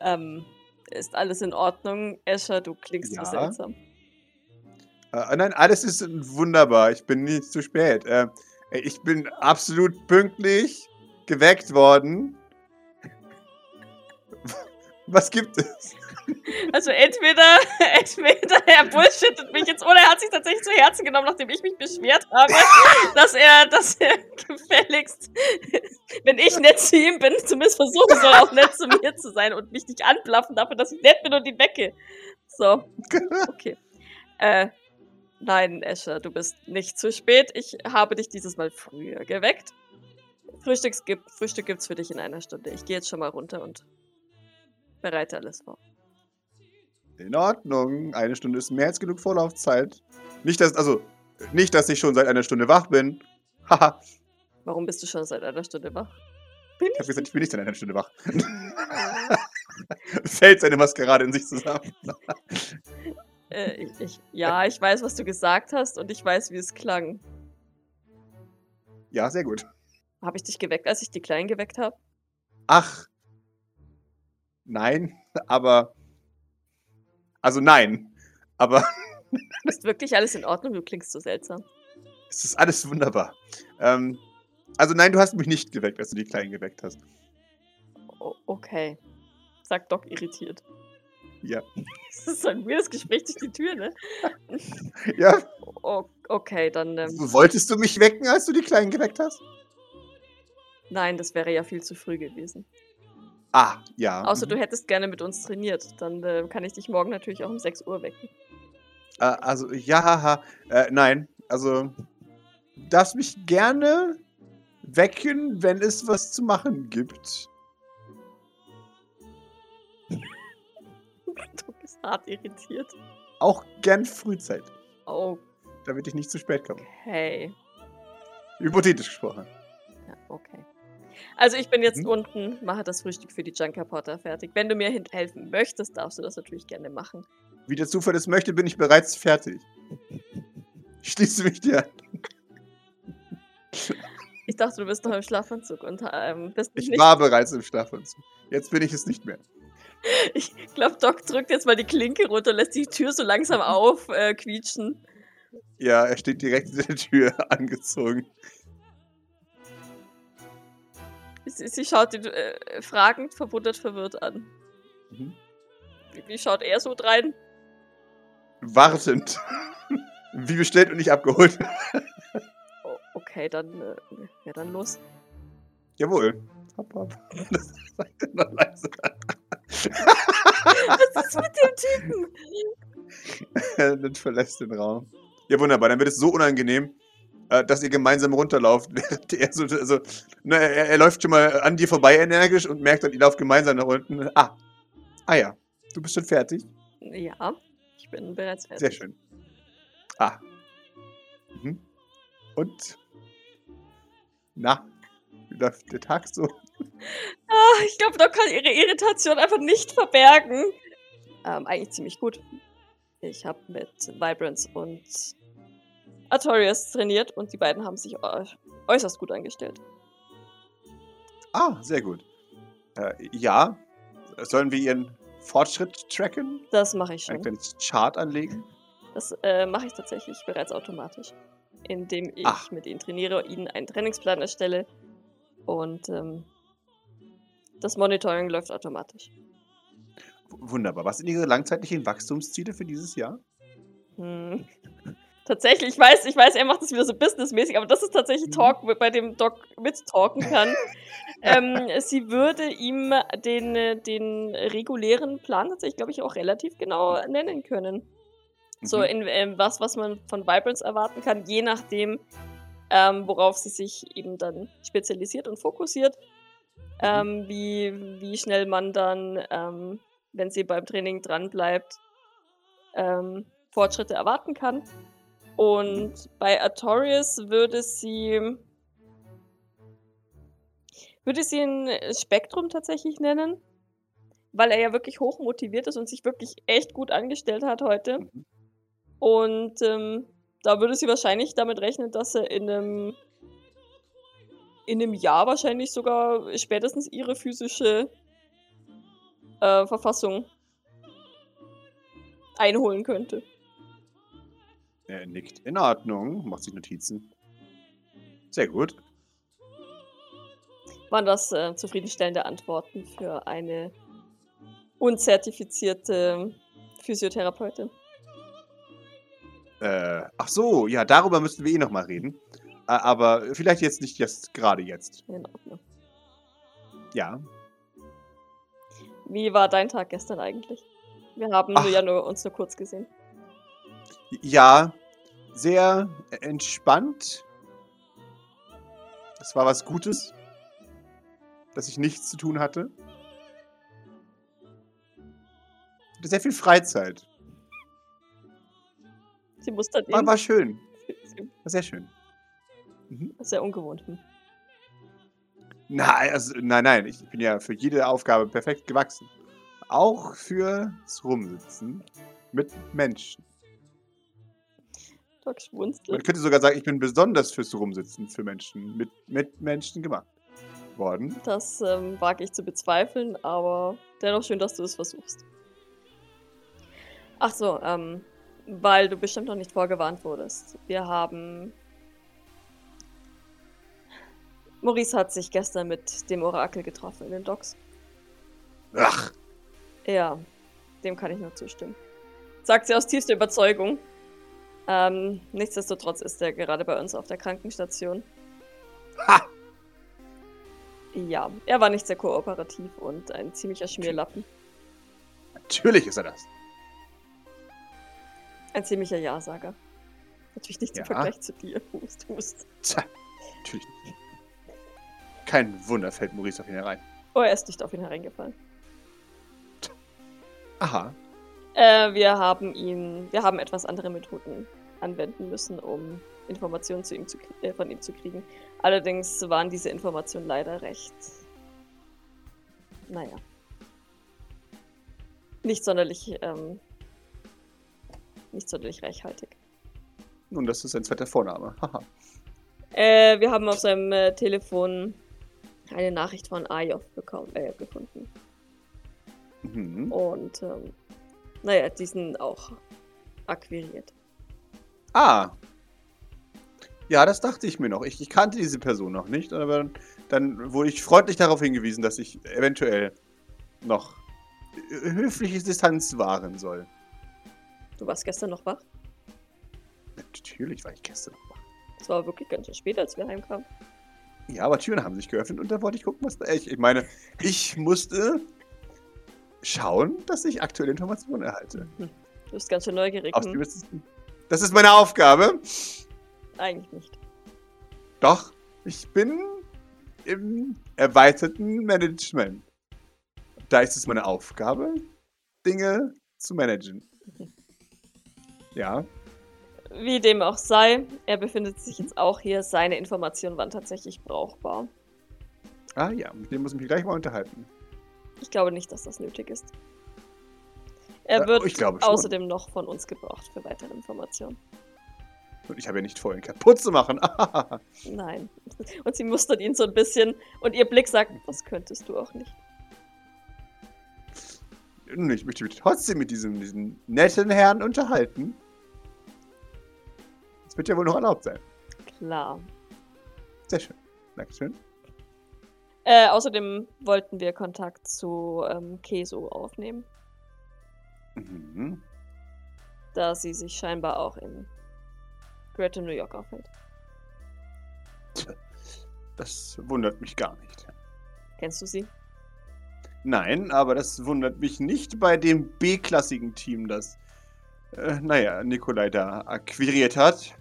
ähm, ist alles in Ordnung? Escher, du klingst Ja. so seltsam. Äh, nein, alles ist wunderbar. Ich bin nicht zu spät. Äh, ich bin absolut pünktlich geweckt worden. Was gibt es? Also entweder, entweder er bullshittet mich jetzt oder er hat sich tatsächlich zu Herzen genommen, nachdem ich mich beschwert habe, dass er, dass er gefälligst, wenn ich nett zu ihm bin, zumindest versuchen soll, auch nett zu mir zu sein und mich nicht anblaffen dafür, dass ich nett bin und ihn wecke. So, okay. Äh, nein, Escher, du bist nicht zu spät. Ich habe dich dieses Mal früher geweckt. Frühstücks gibt, Frühstück gibt's für dich in einer Stunde. Ich gehe jetzt schon mal runter und bereite alles vor. In Ordnung. Eine Stunde ist mehr als genug Vorlaufzeit. Nicht, dass, also, nicht, dass ich schon seit einer Stunde wach bin. Haha. Warum bist du schon seit einer Stunde wach? ich habe gesagt, ich bin nicht seit einer Stunde wach. Fällt seine Maskerade in sich zusammen. Äh, ich, ich, ja, ich weiß, was du gesagt hast und ich weiß, wie es klang. Ja, sehr gut. Habe ich dich geweckt, als ich die Kleinen geweckt habe? Ach. Nein, aber. Also nein. Aber Ist wirklich alles in Ordnung? Du klingst so seltsam. es ist alles wunderbar. Ähm, also nein, du hast mich nicht geweckt, als du die Kleinen geweckt hast. O okay. Sagt Doc irritiert. Ja. Das ist so ein weirdes Gespräch durch die Tür, ne? Ja. O okay, dann. Ähm, Wolltest du mich wecken, als du die Kleinen geweckt hast? nein, das wäre ja viel zu früh gewesen. Ah, ja. Außer mhm. du hättest gerne mit uns trainiert. Dann äh, kann ich dich morgen natürlich auch um 6 Uhr wecken. Äh, also, ja, haha. Äh, nein, also, darfst mich gerne wecken, wenn es was zu machen gibt. Doc ist hart irritiert. Auch gern Frühzeit, Okay. damit ich nicht zu spät komme. Hypothetisch gesprochen. Ja, okay. Also ich bin jetzt Mhm. unten, mache das Frühstück für die Junker Potter fertig. Wenn du mir hin- helfen möchtest, darfst du das natürlich gerne machen. Wie der Zufall es möchte, bin ich bereits fertig. Ich Schließe mich dir an. Ich dachte, du bist noch im Schlafanzug und ähm, bist Ich nicht. war bereits im Schlafanzug. Jetzt bin ich es nicht mehr. Ich glaube, Doc drückt jetzt mal die Klinke runter, lässt die Tür so Mhm. langsam auf, äh, quietschen. Ja, er steht direkt in der Tür angezogen. Sie, sie schaut ihn äh, fragend, verwundert, verwirrt an. Mhm. Wie, wie schaut er so drein? Wartend. Wie bestellt und nicht abgeholt. Oh, okay, dann, äh, ja, dann los. Jawohl. Hopp, hopp. Das sagt er noch leise. Was ist mit dem Typen? dann verlässt den Raum. Ja, wunderbar. Dann wird es so unangenehm, äh, dass ihr gemeinsam runterlauft. während er, so, also, ne, er, er läuft schon mal an dir vorbei energisch und merkt dann, ihr lauft gemeinsam nach unten. Ah. Ah ja. Du bist schon fertig. Ja, ich bin bereits fertig. Sehr schön. Ah. Mhm. Und? Na, wie läuft der Tag so? Ah, ich glaube, Doc kann ihre Irritation einfach nicht verbergen. Ähm, eigentlich ziemlich gut. Ich habe mit Vibrance und Artorias trainiert und die beiden haben sich äu- äußerst gut angestellt. Ah, sehr gut. Äh, ja. Sollen wir ihren Fortschritt tracken? Das mache ich Ein schon. kleines Chart anlegen? Das äh, mache ich tatsächlich bereits automatisch, indem ich Ach. mit ihnen trainiere, ihnen einen Trainingsplan erstelle und ähm, das Monitoring läuft automatisch. W- Wunderbar. Was sind Ihre langzeitlichen Wachstumsziele für dieses Jahr? Hm. Tatsächlich, ich weiß, ich weiß, er macht das wieder so businessmäßig, aber das ist tatsächlich Mhm. Talk, bei dem Doc mittalken kann. ähm, sie würde ihm den, äh, den regulären Plan tatsächlich, glaube ich, auch relativ genau nennen können. So Mhm. in ähm, was, was man von Vibrance erwarten kann, je nachdem, ähm, worauf sie sich eben dann spezialisiert und fokussiert. Mhm. Ähm, wie, wie schnell man dann, ähm, wenn sie beim Training dranbleibt, ähm, Fortschritte erwarten kann. Und bei Artorias würde sie würde sie ein Spektrum tatsächlich nennen, weil er ja wirklich hoch motiviert ist und sich wirklich echt gut angestellt hat heute. Mhm. Und ähm, da würde sie wahrscheinlich damit rechnen, dass er in einem, in einem Jahr wahrscheinlich sogar spätestens ihre physische äh, Verfassung einholen könnte. Er nickt in Ordnung, macht sich Notizen. Sehr gut. Waren das äh, zufriedenstellende Antworten für eine unzertifizierte Physiotherapeutin. Äh, ach so, ja, darüber müssten wir eh nochmal reden. Ä- Aber vielleicht jetzt nicht jetzt, gerade jetzt. In Ordnung. Ja. Wie war dein Tag gestern eigentlich? Wir haben nur Ach. ja nur, uns nur kurz gesehen. Ja, sehr entspannt. Es war was Gutes, dass ich nichts zu tun hatte. Ich hatte Sehr viel Freizeit. Sie mustert ihn. War, war schön. Sie- War sehr schön. Sehr ungewohnt. Hm. Nein, also, nein, nein, ich bin ja für jede Aufgabe perfekt gewachsen. Auch fürs Rumsitzen mit Menschen. Doc Man schwunstelt. könnte sogar sagen, ich bin besonders fürs Rumsitzen für Menschen, mit, mit Menschen gemacht worden. Das ähm, wage ich zu bezweifeln, aber dennoch schön, dass du es versuchst. Ach so, ähm, weil du bestimmt noch nicht vorgewarnt wurdest. Wir haben. Maurice hat sich gestern mit dem Orakel getroffen in den Docks. Ach, Ja, dem kann ich nur zustimmen. Sagt sie aus tiefster Überzeugung. Ähm, nichtsdestotrotz ist er gerade bei uns auf der Krankenstation. Ha! Ja, er war nicht sehr kooperativ und ein ziemlicher Schmierlappen. natürlich ist er das. Ein ziemlicher Ja-Sager. Natürlich nicht im Ja. Vergleich zu dir. Hust, hust. Tja, natürlich. nicht. Kein Wunder fällt Maurice auf ihn herein. Oh, er ist nicht auf ihn hereingefallen. Aha. Äh, wir haben ihn, wir haben etwas andere Methoden anwenden müssen, um Informationen zu ihm zu, krie- äh, von ihm zu kriegen. Allerdings waren diese Informationen leider recht, naja, nicht sonderlich, ähm, nicht sonderlich reichhaltig. Nun, das ist sein zweiter Vorname. Haha. Äh, wir haben auf seinem äh, Telefon eine Nachricht von Ayov bekommen, äh, gefunden. Mhm. Und ähm, naja, diesen auch akquiriert. Ah. Ja, das dachte ich mir noch. Ich, ich kannte diese Person noch nicht, aber dann, dann wurde ich freundlich darauf hingewiesen, dass ich eventuell noch äh, höfliche Distanz wahren soll. Du warst gestern noch wach? Natürlich war ich gestern noch wach. Es war wirklich ganz schön spät, als wir heimkamen. Ja, aber Türen haben sich geöffnet und da wollte ich gucken, was da. äh, Ich, ich meine, ich musste schauen, dass ich aktuelle Informationen erhalte. Du bist ganz schön neugierig. Aus dem Hm? ist das ist meine Aufgabe. Eigentlich nicht. Doch, ich bin im erweiterten Management. Da ist es meine Aufgabe, Dinge zu managen. Ja, Wie dem auch sei, er befindet sich jetzt auch hier. Seine Informationen waren tatsächlich brauchbar. ah ja, mit dem muss ich mich gleich mal unterhalten. Ich glaube nicht, dass das nötig ist. Er Äh, wird ich glaube schon. außerdem noch von uns gebraucht für weitere Informationen. Und ich habe ja nicht vor, ihn kaputt zu machen. Nein. Und sie mustert ihn so ein bisschen und ihr Blick sagt, das könntest du auch nicht. Nun, ich möchte mich trotzdem mit diesem, diesem netten Herrn unterhalten. Das wird ja wohl noch erlaubt sein. Klar. Sehr schön. Dankeschön. Äh, außerdem wollten wir Kontakt zu ähm, Keso aufnehmen, Mhm. da sie sich scheinbar auch in Greater New York aufhält. Das wundert mich gar nicht. Kennst du sie? Nein, aber das wundert mich nicht bei dem B-klassigen Team, das, äh, naja, Nikolai da akquiriert hat.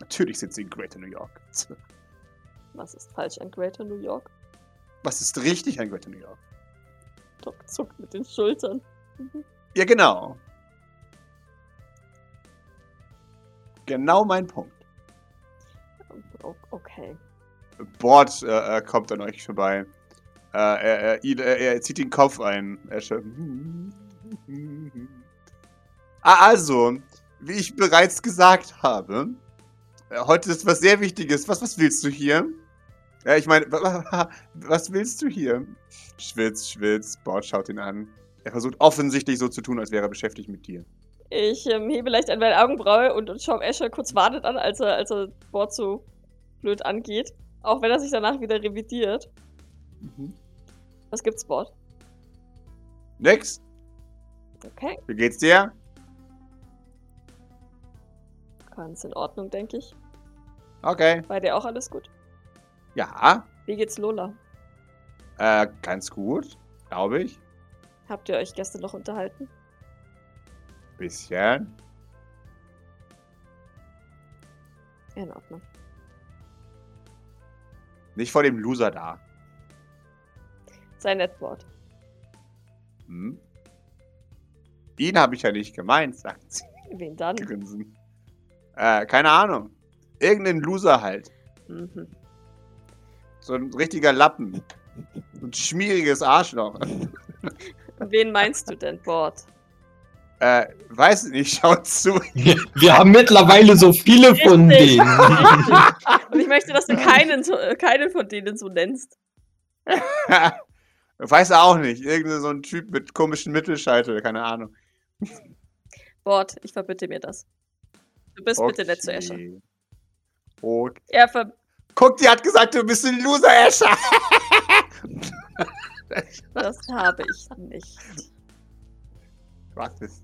Natürlich sind sie in Greater New York. Was ist falsch an Greater New York? Was ist richtig an Greater New York? Doc zuckt mit den Schultern. Ja, genau. Genau mein Punkt. O okay. Bord äh, äh, kommt an euch vorbei. Äh, er, er, ihn- er, er zieht den Kopf ein. Er schaut- Ah, also, wie ich bereits gesagt habe, äh, heute ist was sehr Wichtiges. Was, was willst du hier? Ja, ich meine, wa- wa- wa- was willst du hier? Schwitz, schwitz. Bord schaut ihn an. Er versucht offensichtlich so zu tun, als wäre er beschäftigt mit dir. Ich ähm, hebe leicht an meine Augenbraue und, und schaue Asher kurz wartet an, als er, als er Bord so blöd angeht. Auch wenn er sich danach wieder revidiert. Was gibt's, Bord? Nix? Okay, Wie geht's dir? ganz in Ordnung, denke ich. Okay. Bei dir auch alles gut? Ja, Wie geht's Lola? äh, ganz gut, glaube ich. Habt ihr euch gestern noch unterhalten? Bisschen. In Ordnung. Nicht vor dem Loser da. Sei nett, Wort. Hm? Ihn habe ich ja nicht gemeint, sagt sie Wen dann? grinsen. Äh, keine Ahnung. Irgendein Loser halt. Mhm. So ein richtiger Lappen. Ein schmieriges Arschloch. Wen meinst du denn, Bord? Äh, weiß nicht, schaut zu. Wir haben mittlerweile so viele von Richtig. denen. Und ich möchte, dass du keinen, so- äh, keinen von denen so nennst. weiß er auch nicht. Irgendein so ein Typ mit komischen Mittelscheitel, keine Ahnung. Bord, ich verbitte mir das. Du bist bitte nett zu Escher. Okay. Okay. Er ver Guck, die hat gesagt, du bist ein Loser, Escher. das habe ich nicht. Was ist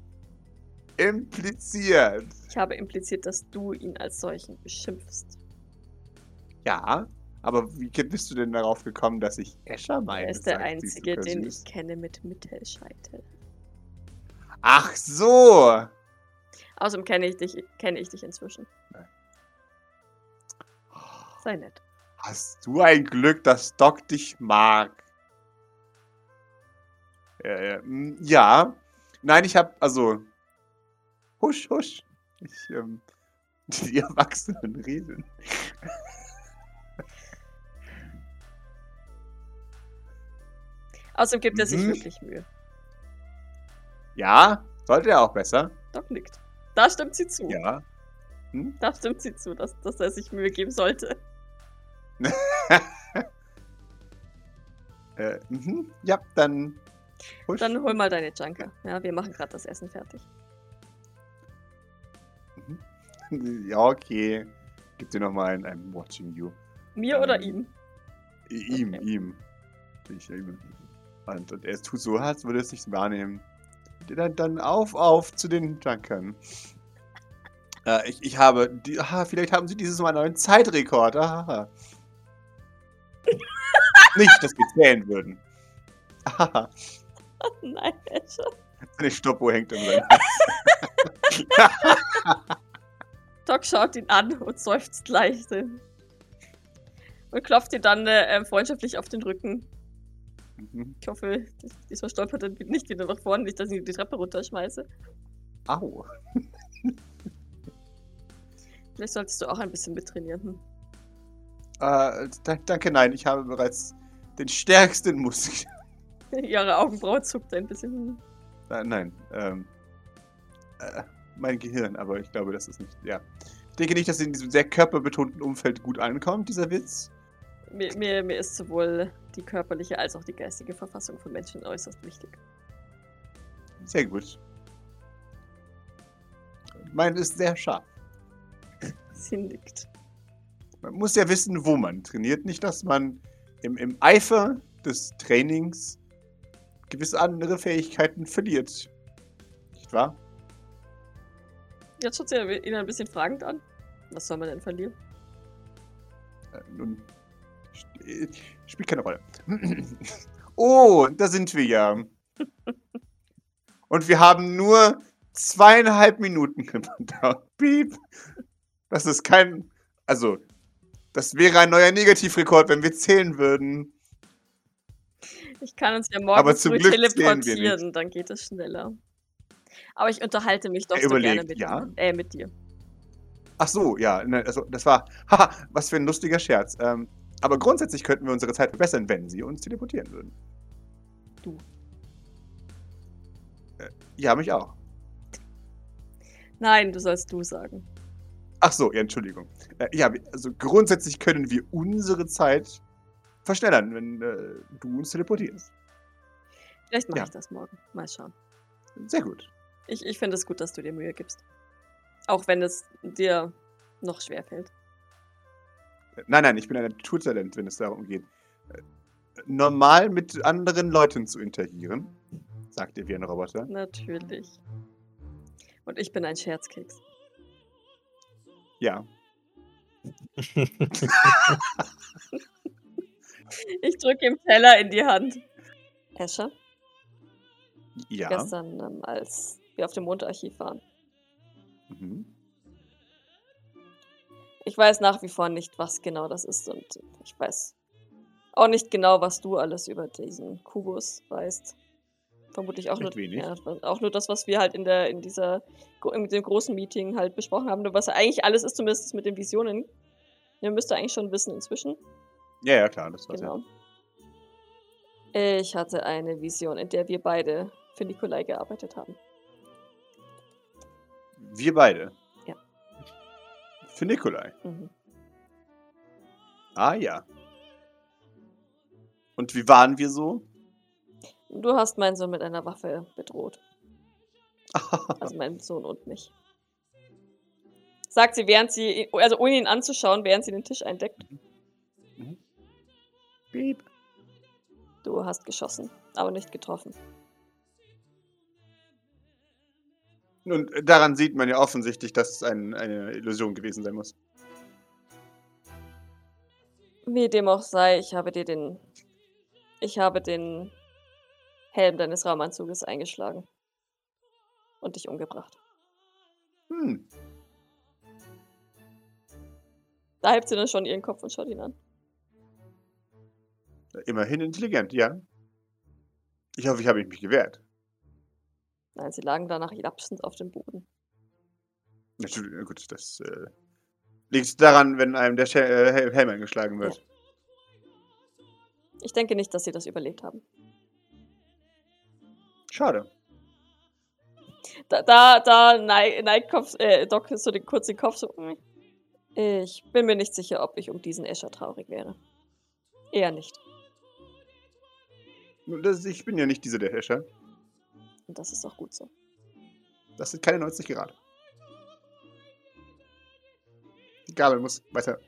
impliziert? Ich habe impliziert, dass du ihn als solchen beschimpfst. Ja, aber wie bist du denn darauf gekommen, dass ich Escher meine? er ist der sagt sie Einzige, super den süß. ich kenne mit Mittelscheitel. Ach so. Außerdem kenne ich dich, kenne ich dich inzwischen. Nein. Sei nett. Hast du ein Glück, dass Doc dich mag? Äh, m, ja. Nein, ich hab, also. Husch, husch. Ich, ähm, die Erwachsenen reden. Außerdem gibt er sich Mhm. wirklich Mühe. Ja, sollte ja auch besser. Doc nickt. Da stimmt sie zu. Ja. Hm, Da stimmt sie zu, dass, dass er sich Mühe geben sollte. Äh, mhm. Ja, dann. Husch. Dann hol mal deine Junker. Ja, wir machen gerade das Essen fertig. ja, okay. Gib dir nochmal ein, ein Watching You. Mir Ähm, oder ihm? I- Ihm, Okay. ihm. Ich, ihm. Und, und er tut so, als würde es nicht wahrnehmen. Dann, dann auf, auf zu den Junkern. Äh, ich, ich habe. Die, aha, vielleicht haben sie dieses Mal einen neuen Zeitrekord. Aha. nicht, dass wir zählen würden. Aha. Nein, Escher. Eine Stoppuhr hängt um seinen Doc schaut ihn an und seufzt leicht. Und klopft ihn dann äh, äh, freundschaftlich auf den Rücken. Mhm. Ich hoffe, dies- diesmal stolpert er nicht wieder nach vorne, nicht, dass ich ihn die Treppe runterschmeiße. Au. Vielleicht solltest du auch ein bisschen mittrainieren. Hm. Äh, da- danke, nein, ich habe bereits den stärksten Muskel. Ihre Augenbraue zuckt ein bisschen. Hm. Äh, nein, ähm, äh, mein Gehirn, aber ich glaube, das ist nicht, ja. Ich denke nicht, dass in diesem sehr körperbetonten Umfeld gut ankommt, dieser Witz. Mir, mir, mir ist sowohl die körperliche als auch die geistige Verfassung von Menschen äußerst wichtig. Sehr gut. Mein ist sehr scharf. Sie nickt. Man muss ja wissen, wo man trainiert. Nicht, dass man im, im Eifer des Trainings gewisse andere Fähigkeiten verliert. Nicht wahr? Jetzt schaut sie ihn ein bisschen fragend an. Was soll man denn verlieren? Äh, Nun, st- spielt keine Rolle. oh, da sind wir ja. Und wir haben nur zweieinhalb Minuten gedauert. Piep. Das ist kein. Also, das wäre ein neuer Negativrekord, wenn wir zählen würden. Ich kann uns ja morgen Aber zum früh Glück zählen wir nicht. teleportieren, dann geht es schneller. Aber ich unterhalte mich doch Er so gerne überlegt, mit, ja. dir. Äh, mit dir. Ach so, ja. ne, Also, das war. Haha, was für ein lustiger Scherz. Ähm, aber grundsätzlich könnten wir unsere Zeit verbessern, wenn sie uns teleportieren würden. Du. Äh, Ja, mich auch. Nein, du sollst du sagen. Ach so, ja, Entschuldigung. Äh, ja, wir- also grundsätzlich können wir unsere Zeit verschnellern, wenn äh, du uns teleportierst. Vielleicht mache Ja. ich das morgen. Mal schauen. Sehr gut. Ich, ich finde es gut, dass du dir Mühe gibst. Auch wenn es dir noch schwerfällt. Äh, Nein, nein, ich bin ein Naturtalent, wenn es darum geht, äh, normal mit anderen Leuten zu interagieren. sagt ihr wie ein Roboter. Natürlich. Und ich bin ein Scherzkeks. Ja. Ich drücke ihm Teller in die Hand. Escher, Ja. gestern, ähm, als wir auf dem Mondarchiv waren, Mhm. ich weiß nach wie vor nicht, was genau das ist und ich weiß auch nicht genau, was du alles über diesen Kubus weißt. Vermutlich auch nur, Recht wenig. ja, auch nur das, was wir halt in der in dieser gro- in dem großen Meeting halt besprochen haben, nur was eigentlich alles ist, zumindest mit den Visionen. Ihr müsst ihr eigentlich schon wissen inzwischen. Ja, ja, klar, das war's. Genau. Ich hatte eine Vision, in der wir beide für Nikolai gearbeitet haben. Ja. Wir beide. Ja. Für Nikolai. Mhm. Ah ja. Und wie waren wir so? Du hast meinen Sohn mit einer Waffe bedroht. Also meinen Sohn und mich. Sagt sie, während sie, also ohne ihn anzuschauen, während sie den Tisch eindeckt. Beep. Du hast geschossen, aber nicht getroffen. Nun, daran sieht man ja offensichtlich, dass es ein, eine Illusion gewesen sein muss. Wie dem auch sei, ich habe dir den. Ich habe den Helm deines Raumanzuges eingeschlagen. Und dich umgebracht. Hm. Da hebt sie dann schon ihren Kopf und schaut ihn an. Immerhin intelligent, ja. Ich hoffe, ich habe mich gewehrt. Nein, sie lagen danach japsend auf dem Boden. Natürlich, na gut, das äh, liegt daran, wenn einem der Sche äh, Hel- Helm eingeschlagen wird. Ich denke nicht, dass sie das überlebt haben. Schade. Da, da, da nei- neigt Kopf, äh, Doc so den, kurz den Kopf so. "Mm." Ich bin mir nicht sicher, ob ich um diesen Escher traurig wäre. Eher nicht. Nun, Das, ich bin ja nicht dieser der Häscher. Und das ist auch gut so. Das sind keine 90 Grad. Die Gabel muss weiter.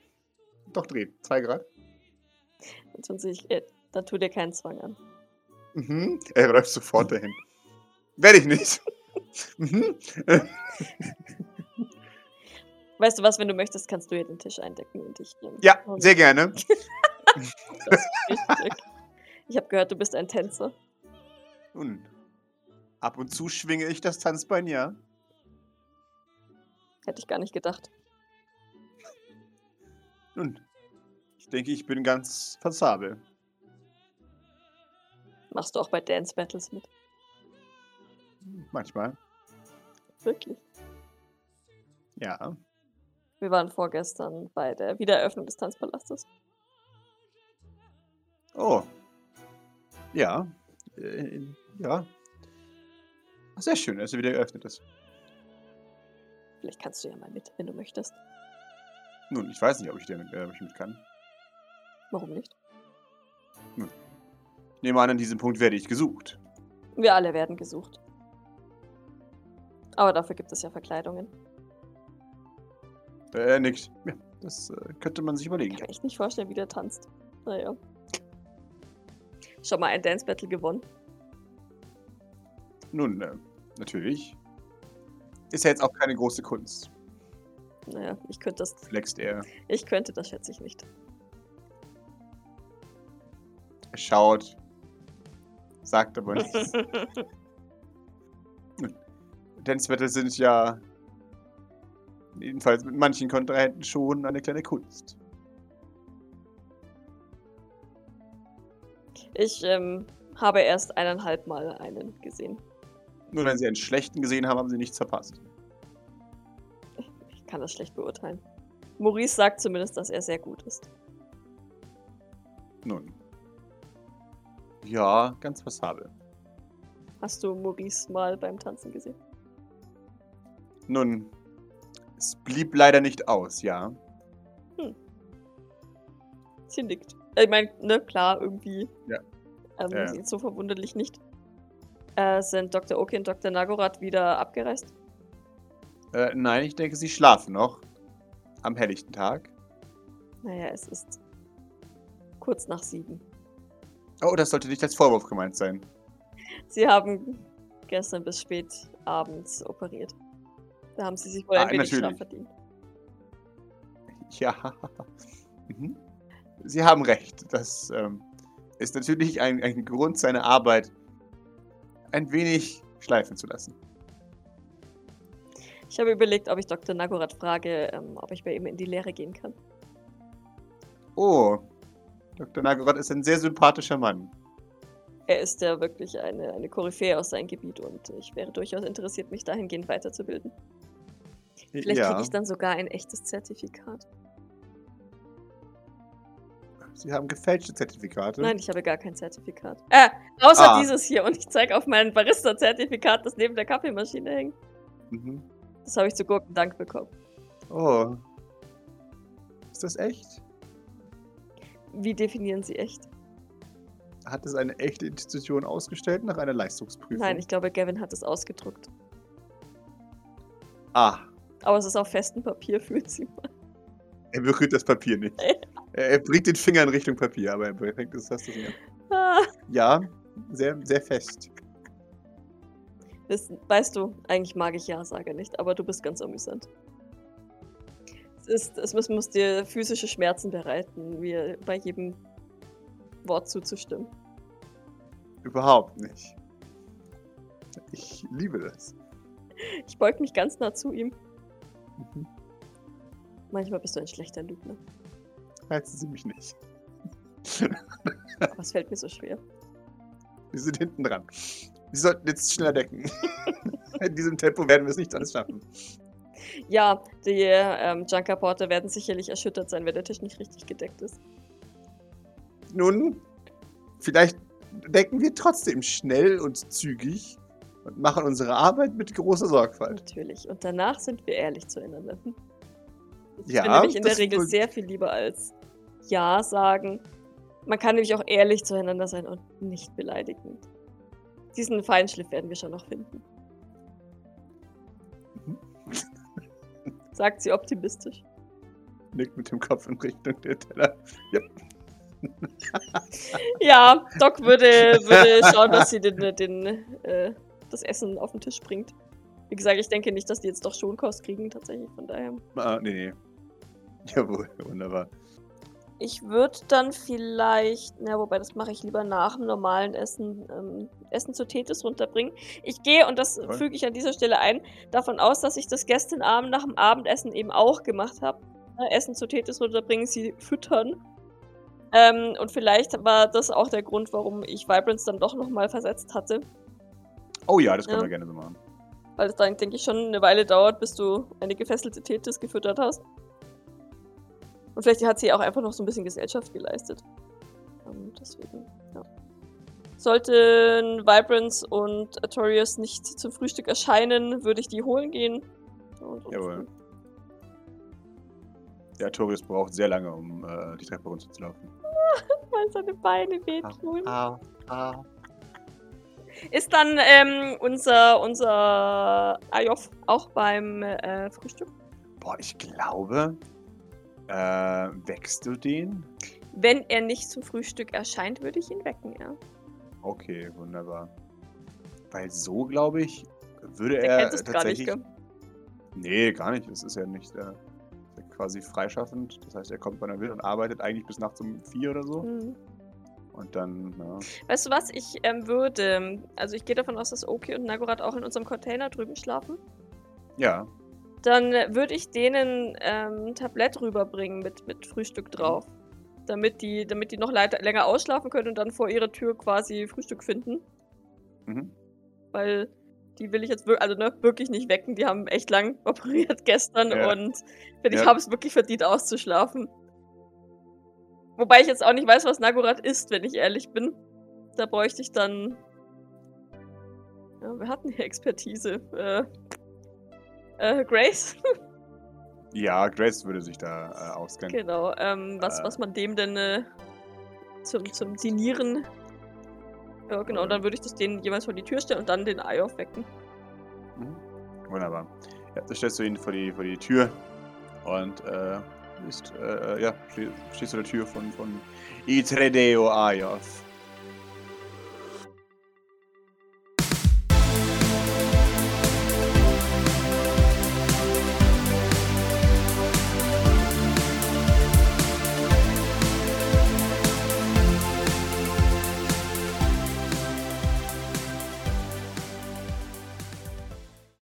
Doch drehen. 2 Grad. Und tun sich, äh, da tut dir keinen Zwang an. Mhm. Er läuft sofort dahin. Werde ich nicht. Mhm. Weißt du was, wenn du möchtest, kannst du hier den Tisch eindecken und ich. ähm, ja, und sehr gerne. ich- Ich habe gehört, du bist ein Tänzer. Nun, ab und zu schwinge ich das Tanzbein, ja. Hätte ich gar nicht gedacht. Nun, ich denke, ich bin ganz passabel. Machst du auch bei Dance Battles mit? Manchmal. Wirklich? Ja. Wir waren vorgestern bei der Wiedereröffnung des Tanzpalastes. Oh. Ja. Äh, ja. Ach, Sehr schön, dass er wieder geöffnet ist. Vielleicht kannst du ja mal mit, wenn du möchtest. Nun, ich weiß nicht, ob ich damit äh, ob ich mit kann. Warum nicht? Nehme an, an diesem Punkt werde ich gesucht. Wir alle werden gesucht. Aber dafür gibt es ja Verkleidungen. Äh, nix. Ja, das äh, könnte man Ich sich überlegen. kann mir echt nicht vorstellen, wie der tanzt. Naja. Schon mal ein Dance Battle gewonnen. Nun, äh, natürlich. Ist ja jetzt auch keine große Kunst, Naja, ich könnte das. flext er. Ich könnte das, schätze ich nicht. Er schaut, sagt aber nichts. Tanzbattles sind ja, jedenfalls mit manchen Kontrahenten schon, eine kleine Kunst. Ich ähm, habe erst eineinhalb Mal einen gesehen. Nur wenn sie einen schlechten gesehen haben, haben sie nichts verpasst. Ich kann das schlecht beurteilen. Maurice sagt zumindest, dass er sehr gut ist. Nun. Ja, ganz passabel. Hast du Maurice mal beim Tanzen gesehen? Nun, es blieb leider nicht aus, ja. Sie nickt. Ich meine, ne, klar, irgendwie. Ja. Ähm, Ja, ja. sie ist So verwunderlich nicht. Äh, sind Dr. Oki und Dr. Nagorath wieder abgereist? Äh, nein, ich denke, sie schlafen noch. Am helllichten Tag. Naja, es ist kurz nach sieben. Oh, das sollte nicht als Vorwurf gemeint sein. Sie haben gestern bis spät abends operiert. Da haben sie sich wohl Ah, ein wenig Schlaf natürlich. verdient. Ja. Mhm. Sie haben recht. Das ähm, ist natürlich ein, ein Grund, seine Arbeit ein wenig schleifen zu lassen. Ich habe überlegt, ob ich Dr. Nagorath frage, ähm, ob ich bei ihm in die Lehre gehen kann. Oh, Dr. Nagorod ist ein sehr sympathischer Mann. Er ist ja wirklich eine, eine Koryphäe aus seinem Gebiet und ich wäre durchaus interessiert, mich dahingehend weiterzubilden. Vielleicht kriege ich dann sogar ein echtes Zertifikat. Sie haben gefälschte Zertifikate. Nein, ich habe gar kein Zertifikat. Äh, außer Ah. dieses hier. Und ich zeige auf mein Barista-Zertifikat, das neben der Kaffeemaschine hängt. Mhm. Das habe ich zu Gurkendank bekommen. Oh. Ist das echt? Wie definieren Sie echt? Hat es eine echte Institution ausgestellt nach einer Leistungsprüfung? Nein, ich glaube, Gavin hat es ausgedruckt. Ah, Aber es ist auf festem Papier, fühlt sie mal. er berührt das Papier nicht. Nein. er, er bringt den Finger in Richtung Papier, aber er bringt das fast nicht. Ah. Ja, sehr, sehr fest. Wissen, weißt du, eigentlich mag ich Ja-Sager nicht, aber du bist ganz amüsant. Es, ist, es muss, muss dir physische Schmerzen bereiten, mir bei jedem Wort zuzustimmen. Überhaupt nicht. Ich liebe das. Ich beug mich ganz nah zu ihm. Mhm. Manchmal bist du ein schlechter Lügner. Reizen Sie mich nicht. Aber es fällt mir so schwer. Wir sind hinten dran. Sie sollten jetzt schneller decken. In diesem Tempo werden wir es nicht alles schaffen. Ja, die ähm, Junkerporter werden sicherlich erschüttert sein, wenn der Tisch nicht richtig gedeckt ist. Nun, vielleicht decken wir trotzdem schnell und zügig und machen unsere Arbeit mit großer Sorgfalt. Natürlich. Und danach sind wir ehrlich zueinander. Hm? Ich Ja, bin nämlich in der das Regel wohl- sehr viel lieber als Ja sagen. Man kann nämlich auch ehrlich zueinander sein und nicht beleidigend. Diesen Feinschliff werden wir schon noch finden. Mhm. Sagt sie optimistisch. Nickt mit dem Kopf in Richtung der Teller. Ja, Doc würde, würde schauen, dass sie den, den, äh, das Essen auf den Tisch bringt. Wie gesagt, ich denke nicht, dass die jetzt doch Schonkost kriegen, tatsächlich. Von daher. Ah, nee, nee. Jawohl, wunderbar. Ich würde dann vielleicht, na, wobei das mache ich lieber nach dem normalen Essen, ähm, Essen zu Tethys runterbringen. Ich gehe, und das Toll. füge ich an dieser Stelle ein, davon aus, dass ich das gestern Abend nach dem Abendessen eben auch gemacht habe. Ne, Essen zu Tethys runterbringen, sie füttern. Ähm, und vielleicht war das auch der Grund, warum ich Vibrance dann doch nochmal versetzt hatte. Oh ja, das können Ja. wir gerne so machen. Weil es dann, denke ich, schon eine Weile dauert, bis du eine gefesselte Tethys gefüttert hast. Und vielleicht hat sie auch einfach noch so ein bisschen Gesellschaft geleistet. Ähm, deswegen, ja. Sollten Vibrance und Artorius nicht zum Frühstück erscheinen, würde ich die holen gehen. Und, und Jawohl. Der Torius braucht sehr lange, um äh, die Treppe runterzulaufen. Weil seine Beine wehtun. Ah, ah. Ist dann ähm, unser, unser Ayof auch beim äh, Frühstück? Boah, ich glaube, äh, wächst du den? Wenn er nicht zum Frühstück erscheint, würde ich ihn wecken, ja. Okay, wunderbar. Weil so, glaube ich, würde Der er kennt es gar nicht, tatsächlich... gell? Nee, gar nicht. Es ist ja nicht äh, ist ja quasi freischaffend. Das heißt, er kommt, wann er will und arbeitet eigentlich bis nachts um vier oder so. Mhm. Und dann, ja. Weißt du was? Ich ähm, würde, also ich gehe davon aus, dass Oki und Nagorath auch in unserem Container drüben schlafen. ja. Dann äh, würde ich denen ähm, ein Tablett rüberbringen mit, mit Frühstück drauf. Damit die, damit die noch leiter, länger ausschlafen können und dann vor ihrer Tür quasi Frühstück finden. Mhm. Weil die will ich jetzt wirklich, also ne, wirklich nicht wecken. Die haben echt lang operiert gestern Ja. und finde ich, Ja. habe es wirklich verdient auszuschlafen. Wobei ich jetzt auch nicht weiß, was Nagorath ist, wenn ich ehrlich bin. Da bräuchte ich dann. Ja, wir hatten hier Expertise. Äh, äh, Grace? Ja, Grace würde sich da äh, auskennen. Genau. Ähm, was, Äh. was man dem denn äh, zum, zum Dinieren. Ja, genau. Und dann würde ich das denen jeweils vor die Tür stellen und dann den Ei aufwecken. Mhm. Wunderbar. Ja, dann stellst du ihn vor die, vor die Tür und äh, ist, äh, ja, steh, stehst vor der Tür von, von Itredeo Ayov.